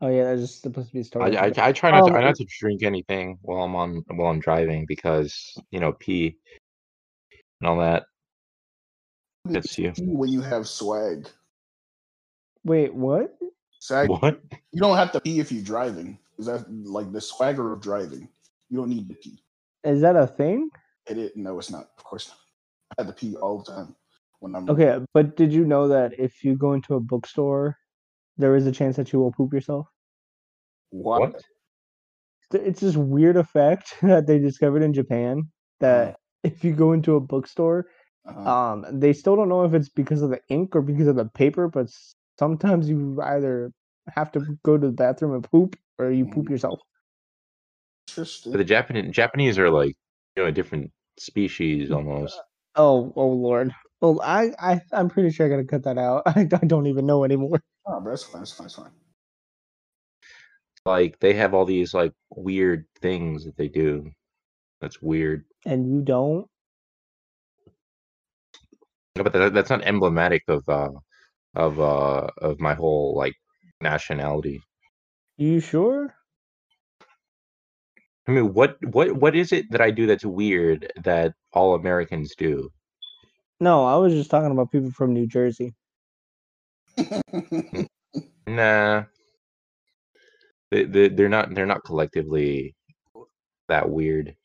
[SPEAKER 1] Oh yeah, that's just supposed to be
[SPEAKER 2] I,
[SPEAKER 1] started.
[SPEAKER 2] I, I try not to, I
[SPEAKER 1] Um,
[SPEAKER 2] not to drink anything while I'm on while I'm driving because you know pee and all that gets you.
[SPEAKER 3] When you have swag,
[SPEAKER 1] Wait, what?
[SPEAKER 3] swag.
[SPEAKER 2] What?
[SPEAKER 3] You don't have to pee if you're driving. Is that like the swagger of driving? You don't need to pee.
[SPEAKER 1] Is that a thing?
[SPEAKER 3] It, it no, it's not. Of course not. I had to pee all the time when I'm
[SPEAKER 1] Okay, but did you know that if you go into a bookstore, there is a chance that you will poop yourself?
[SPEAKER 3] Why?
[SPEAKER 2] What?
[SPEAKER 1] th- it's this weird effect that they discovered in Japan that if you go into a bookstore,
[SPEAKER 3] Uh-huh.
[SPEAKER 1] um, they still don't know if it's because of the ink or because of the paper, but s- sometimes you either have to go to the bathroom and poop or you poop
[SPEAKER 3] Mhm.
[SPEAKER 1] yourself.
[SPEAKER 3] Interesting.
[SPEAKER 2] But the Japanese Japanese are like you know a different species almost.
[SPEAKER 1] Oh, oh lord. Well, I, I, I'm pretty sure I gotta cut that out. I, I don't even know anymore.
[SPEAKER 3] Oh, but that's fine. That's fine. That's fine.
[SPEAKER 2] Like they have all these like weird things that they do. That's weird.
[SPEAKER 1] And you don't.
[SPEAKER 2] No, but that, that's not emblematic of uh of uh of my whole like nationality.
[SPEAKER 1] You sure?
[SPEAKER 2] I mean, what what what is it that I do that's weird that all Americans do?
[SPEAKER 1] No, I was just talking about people from New Jersey.
[SPEAKER 2] Nah, they, they they're not they're not collectively that weird.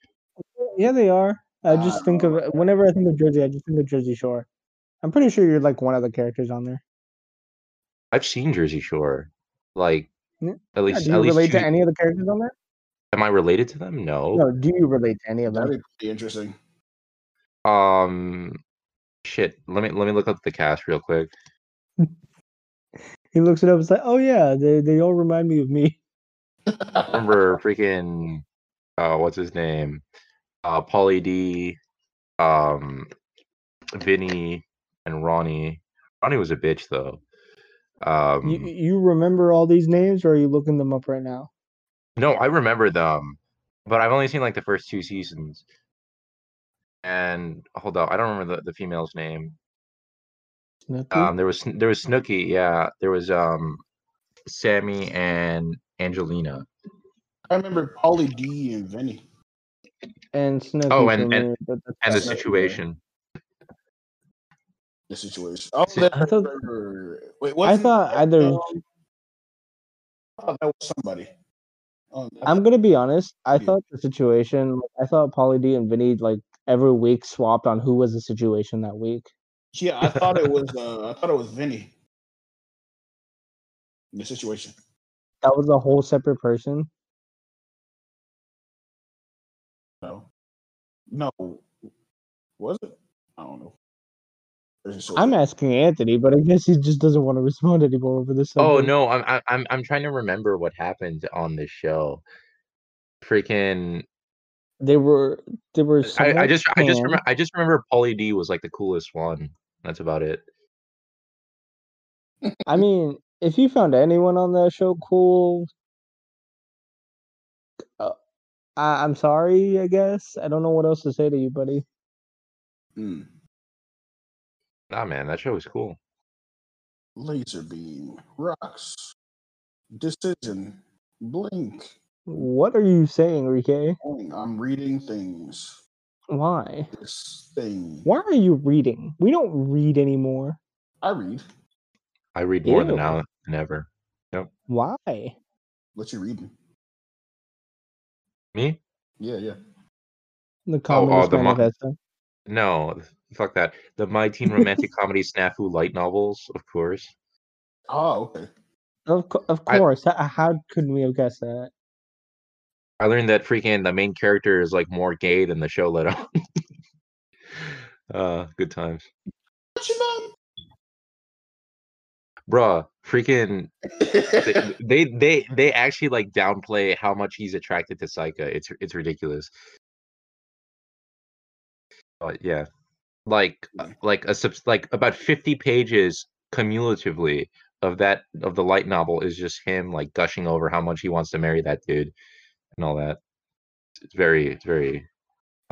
[SPEAKER 1] Yeah, they are. I
[SPEAKER 3] Ah,
[SPEAKER 1] just think of
[SPEAKER 3] okay.
[SPEAKER 1] whenever I think of Jersey, I just think of Jersey Shore. I'm pretty sure you're like one of the characters on there.
[SPEAKER 2] I've seen Jersey Shore, like
[SPEAKER 1] Yeah,
[SPEAKER 2] at
[SPEAKER 1] Yeah,
[SPEAKER 2] least
[SPEAKER 1] do you
[SPEAKER 2] at least
[SPEAKER 1] relate
[SPEAKER 2] two,
[SPEAKER 1] to any of the characters on there?
[SPEAKER 2] Am I related to them? No.
[SPEAKER 1] No, do you relate to any of
[SPEAKER 3] That'd
[SPEAKER 1] them?
[SPEAKER 3] be pretty interesting.
[SPEAKER 2] Um, shit. Let me let me look up the cast real quick.
[SPEAKER 1] He looks it up. It's like, oh yeah, they they all remind me of me.
[SPEAKER 2] Remember, freaking, uh, what's his name? Uh, Pauly D, um, Vinny, and Ronnie. Ronnie was a bitch though. Um,
[SPEAKER 1] You, you remember all these names, or are you looking them up right now?
[SPEAKER 2] No, I remember them, but I've only seen like the first two seasons. And hold up, I don't remember the, the female's name.
[SPEAKER 1] Snooki?
[SPEAKER 2] Um, there was Sn- there was Snooki, yeah. There was um, Sammy and Angelina.
[SPEAKER 3] I remember Paulie D and Vinny.
[SPEAKER 1] and Snooki.
[SPEAKER 2] oh,
[SPEAKER 1] for
[SPEAKER 2] and- and-
[SPEAKER 1] me, but that's
[SPEAKER 2] And the
[SPEAKER 1] fine.
[SPEAKER 3] Snooki, yeah.
[SPEAKER 2] situation.
[SPEAKER 3] The situation. Oh,
[SPEAKER 2] See,
[SPEAKER 3] then
[SPEAKER 1] I thought-
[SPEAKER 3] remember- Wait,
[SPEAKER 1] I
[SPEAKER 3] wasn't-
[SPEAKER 1] thought either.
[SPEAKER 3] um, I thought Oh, that was somebody. Um, I
[SPEAKER 1] I'm gonna be honest. I
[SPEAKER 3] Yeah.
[SPEAKER 1] thought the situation. like, I thought Pauly D and Vinny like every week swapped on who was the situation that week.
[SPEAKER 3] Yeah, I thought it was. Uh, I thought it was Vinny. The situation.
[SPEAKER 1] That was a whole separate person.
[SPEAKER 3] No, no, was it? I don't know. Or just-
[SPEAKER 1] I'm asking Anthony, but I guess he just doesn't want to respond anymore over this.
[SPEAKER 2] Oh
[SPEAKER 1] subject.
[SPEAKER 2] no, I'm I- I'm I'm trying to remember what happened on the show. Freaking,
[SPEAKER 1] they were they were.
[SPEAKER 2] I, I
[SPEAKER 1] somewhat
[SPEAKER 2] just I just
[SPEAKER 1] tan.
[SPEAKER 2] remember I just remember Pauly D was like the coolest one. That's about it.
[SPEAKER 1] I mean, if you found anyone on that show cool, uh, I, I'm sorry. I guess I don't know what else to say to you, buddy.
[SPEAKER 3] Hmm.
[SPEAKER 2] Nah, Ah, man, that show was cool.
[SPEAKER 3] Laser beam rocks. Decision. Blink.
[SPEAKER 1] What are you saying, Rike?
[SPEAKER 3] Boing. I'm reading things.
[SPEAKER 1] Why?
[SPEAKER 3] This thing.
[SPEAKER 1] Why are you reading? We don't read anymore.
[SPEAKER 3] I read.
[SPEAKER 2] I read more than
[SPEAKER 1] Ew.
[SPEAKER 2] now than ever.
[SPEAKER 1] Why?
[SPEAKER 3] Let you read me.
[SPEAKER 2] Me?
[SPEAKER 3] Yeah, yeah.
[SPEAKER 1] The Communist
[SPEAKER 2] Oh, the mon-
[SPEAKER 1] Manifesto.
[SPEAKER 2] No, fuck that. The My Teen Romantic Comedy Snafu light novels, of course.
[SPEAKER 3] Oh, okay.
[SPEAKER 1] of, co- of
[SPEAKER 2] I-
[SPEAKER 1] course. h- how couldn't we have guessed that?
[SPEAKER 2] I learned that freaking the main character is like more gay than the show let on. uh, good times,
[SPEAKER 3] What you know?
[SPEAKER 2] bruh. Freaking they, they they they actually like downplay how much he's attracted to Psyche. It's it's ridiculous. But yeah, like uh,
[SPEAKER 1] Mm.
[SPEAKER 3] Yeah.
[SPEAKER 2] like a subs- like about fifty pages cumulatively of that of the light novel is just him like gushing over how much he wants to marry that dude and all that. It's very it's very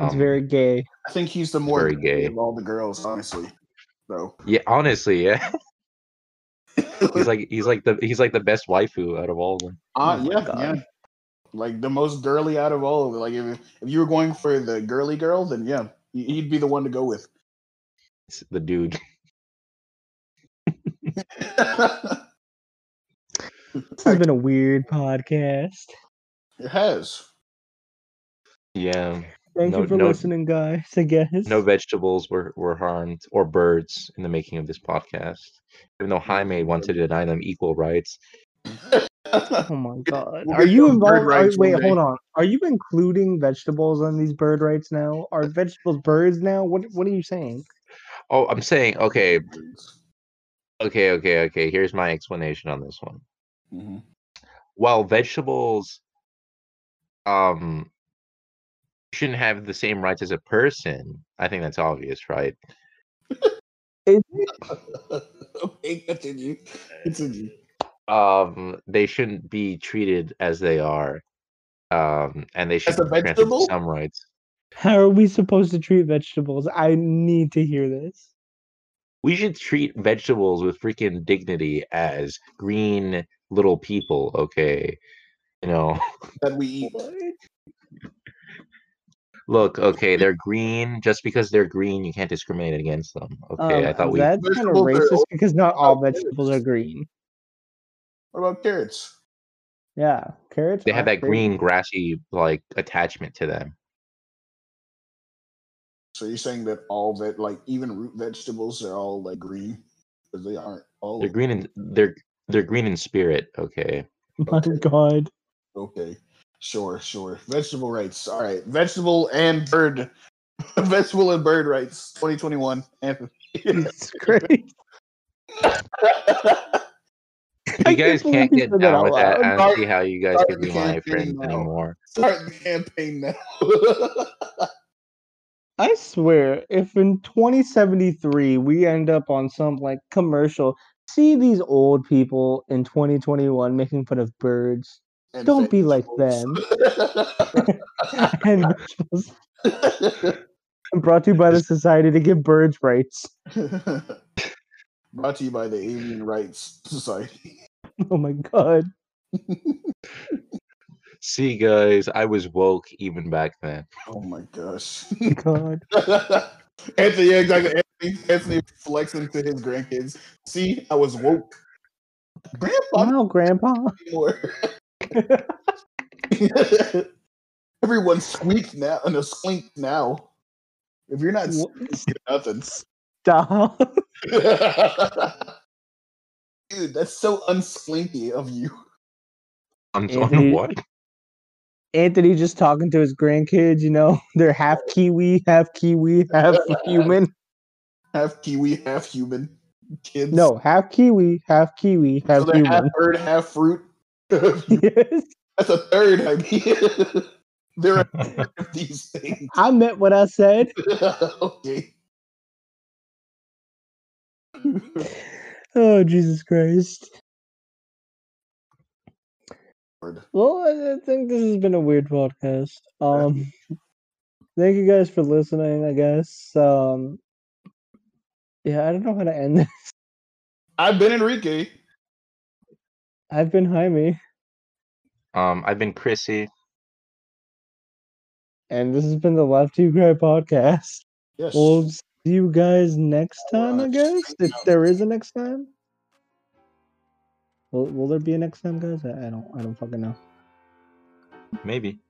[SPEAKER 1] It's
[SPEAKER 2] um,
[SPEAKER 1] very gay.
[SPEAKER 3] I think he's the more
[SPEAKER 2] Very gay.
[SPEAKER 3] of all the girls, honestly. So
[SPEAKER 2] yeah. Honestly, yeah. he's like he's like the he's like the best waifu out of all of them.
[SPEAKER 3] Uh,
[SPEAKER 1] Oh my
[SPEAKER 3] yeah,
[SPEAKER 1] God.
[SPEAKER 3] yeah. Like the most girly out of all of it. Like if, if you were going for the girly girl, then yeah, y- you'd be the one to go with.
[SPEAKER 2] It's the dude.
[SPEAKER 3] it
[SPEAKER 1] This has been a weird podcast.
[SPEAKER 3] has.
[SPEAKER 2] Yeah.
[SPEAKER 1] Thank
[SPEAKER 2] No-
[SPEAKER 1] you for
[SPEAKER 2] no-
[SPEAKER 1] listening, guys. I guess.
[SPEAKER 2] No vegetables were, were harmed or birds in the making of this podcast. Even though Jaime wants to deny them equal rights.
[SPEAKER 1] oh my god.
[SPEAKER 3] we'll
[SPEAKER 1] are
[SPEAKER 3] get
[SPEAKER 1] you
[SPEAKER 3] those bird
[SPEAKER 1] involved? Are,
[SPEAKER 3] rights one
[SPEAKER 1] wait,
[SPEAKER 3] day.
[SPEAKER 1] hold on. Are you including vegetables on these bird rights now? Are vegetables birds now? What What are you saying?
[SPEAKER 2] Oh, I'm saying, okay, okay, okay, okay. Here's my explanation on this one.
[SPEAKER 3] Mhm.
[SPEAKER 2] While vegetables um shouldn't have the same rights as a person, I think that's obvious, right?
[SPEAKER 1] Is it
[SPEAKER 3] okay, continue. Continue.
[SPEAKER 2] Um they shouldn't be treated as they are. Um and they should
[SPEAKER 3] a
[SPEAKER 2] be granted
[SPEAKER 3] vegetable?
[SPEAKER 2] some rights.
[SPEAKER 1] How are we supposed to treat vegetables? I need to hear this.
[SPEAKER 2] We should treat vegetables with freaking dignity as green little people, okay? You know,
[SPEAKER 3] That we eat.
[SPEAKER 1] What?
[SPEAKER 2] look, okay, they're green. Just because they're green, you can't discriminate against them. Okay, I
[SPEAKER 1] Um,
[SPEAKER 2] thought we.
[SPEAKER 1] that's kind of
[SPEAKER 3] Vegetables are
[SPEAKER 1] racist because not all
[SPEAKER 3] Oh, carrots.
[SPEAKER 1] vegetables are green.
[SPEAKER 3] What about carrots?
[SPEAKER 1] Yeah, carrots.
[SPEAKER 2] They have
[SPEAKER 1] aren't
[SPEAKER 2] that green grassy like attachment to them.
[SPEAKER 3] So you're saying that all that, like even root vegetables, are all like green, but they aren't Oh, all
[SPEAKER 2] They're green and they're they're green in spirit. Okay,
[SPEAKER 1] My God,
[SPEAKER 3] Okay. Sure, sure. Vegetable rights. All right. Vegetable and bird. Vegetable and bird rights. 2021. Anthony.
[SPEAKER 1] Jesus Christ.
[SPEAKER 2] You guys can't get
[SPEAKER 1] believe that
[SPEAKER 2] down with
[SPEAKER 1] out
[SPEAKER 2] that.
[SPEAKER 1] loud.
[SPEAKER 2] I don't see how you guys
[SPEAKER 3] Sorry,
[SPEAKER 2] can
[SPEAKER 3] we
[SPEAKER 2] be
[SPEAKER 3] can't
[SPEAKER 2] my
[SPEAKER 3] hear you
[SPEAKER 2] friend
[SPEAKER 3] now.
[SPEAKER 2] anymore.
[SPEAKER 3] Start the campaign now.
[SPEAKER 1] I swear, if in 2073 we end up on some like commercial, see these old people in 2021 making fun of birds
[SPEAKER 3] And
[SPEAKER 1] Don't be like and vegetables. Brought to you by the Society to Give Birds Rights.
[SPEAKER 3] Brought to you by the Alien Rights Society.
[SPEAKER 1] Oh my god.
[SPEAKER 2] See, guys, I was woke even back then.
[SPEAKER 3] Oh my gosh.
[SPEAKER 1] God.
[SPEAKER 3] Anthony, yeah, exactly. Anthony, Anthony flexing to his grandkids. See, I was woke. Grandpa,
[SPEAKER 1] Wow, Grandpa.
[SPEAKER 3] anymore. Everyone squeak now and a squeak now. If you're not
[SPEAKER 1] Wha-
[SPEAKER 3] nothing,
[SPEAKER 1] Stop.
[SPEAKER 3] dude, that's so unslinky of you.
[SPEAKER 2] I'm
[SPEAKER 1] Anthony-
[SPEAKER 2] on what?
[SPEAKER 1] Anthony just talking to his grandkids, you know, they're half Kiwi, half Kiwi, half human.
[SPEAKER 3] Half kiwi, half human kids.
[SPEAKER 1] No, half Kiwi, half Kiwi, half
[SPEAKER 3] so they're half
[SPEAKER 1] human.
[SPEAKER 3] bird, half fruit. that's
[SPEAKER 1] Yes.
[SPEAKER 3] a third. I mean, there are these things.
[SPEAKER 1] I meant what I said.
[SPEAKER 3] okay.
[SPEAKER 1] Oh, Jesus Christ.
[SPEAKER 3] Lord.
[SPEAKER 1] Well, I I think this has been a weird podcast. Um, thank you guys for listening. I guess. Um, yeah, I don't know how to end this.
[SPEAKER 3] I've been Enrique.
[SPEAKER 1] I've been Jaime,
[SPEAKER 2] Um, I've been Chrissy.
[SPEAKER 1] and this has been the Left You Cry podcast.
[SPEAKER 3] Yes.
[SPEAKER 1] We'll see you guys next time. I
[SPEAKER 3] Alright.
[SPEAKER 1] guess if there is a next time. Will Will there be a next time, guys? I, I don't. I don't fucking know.
[SPEAKER 2] Maybe.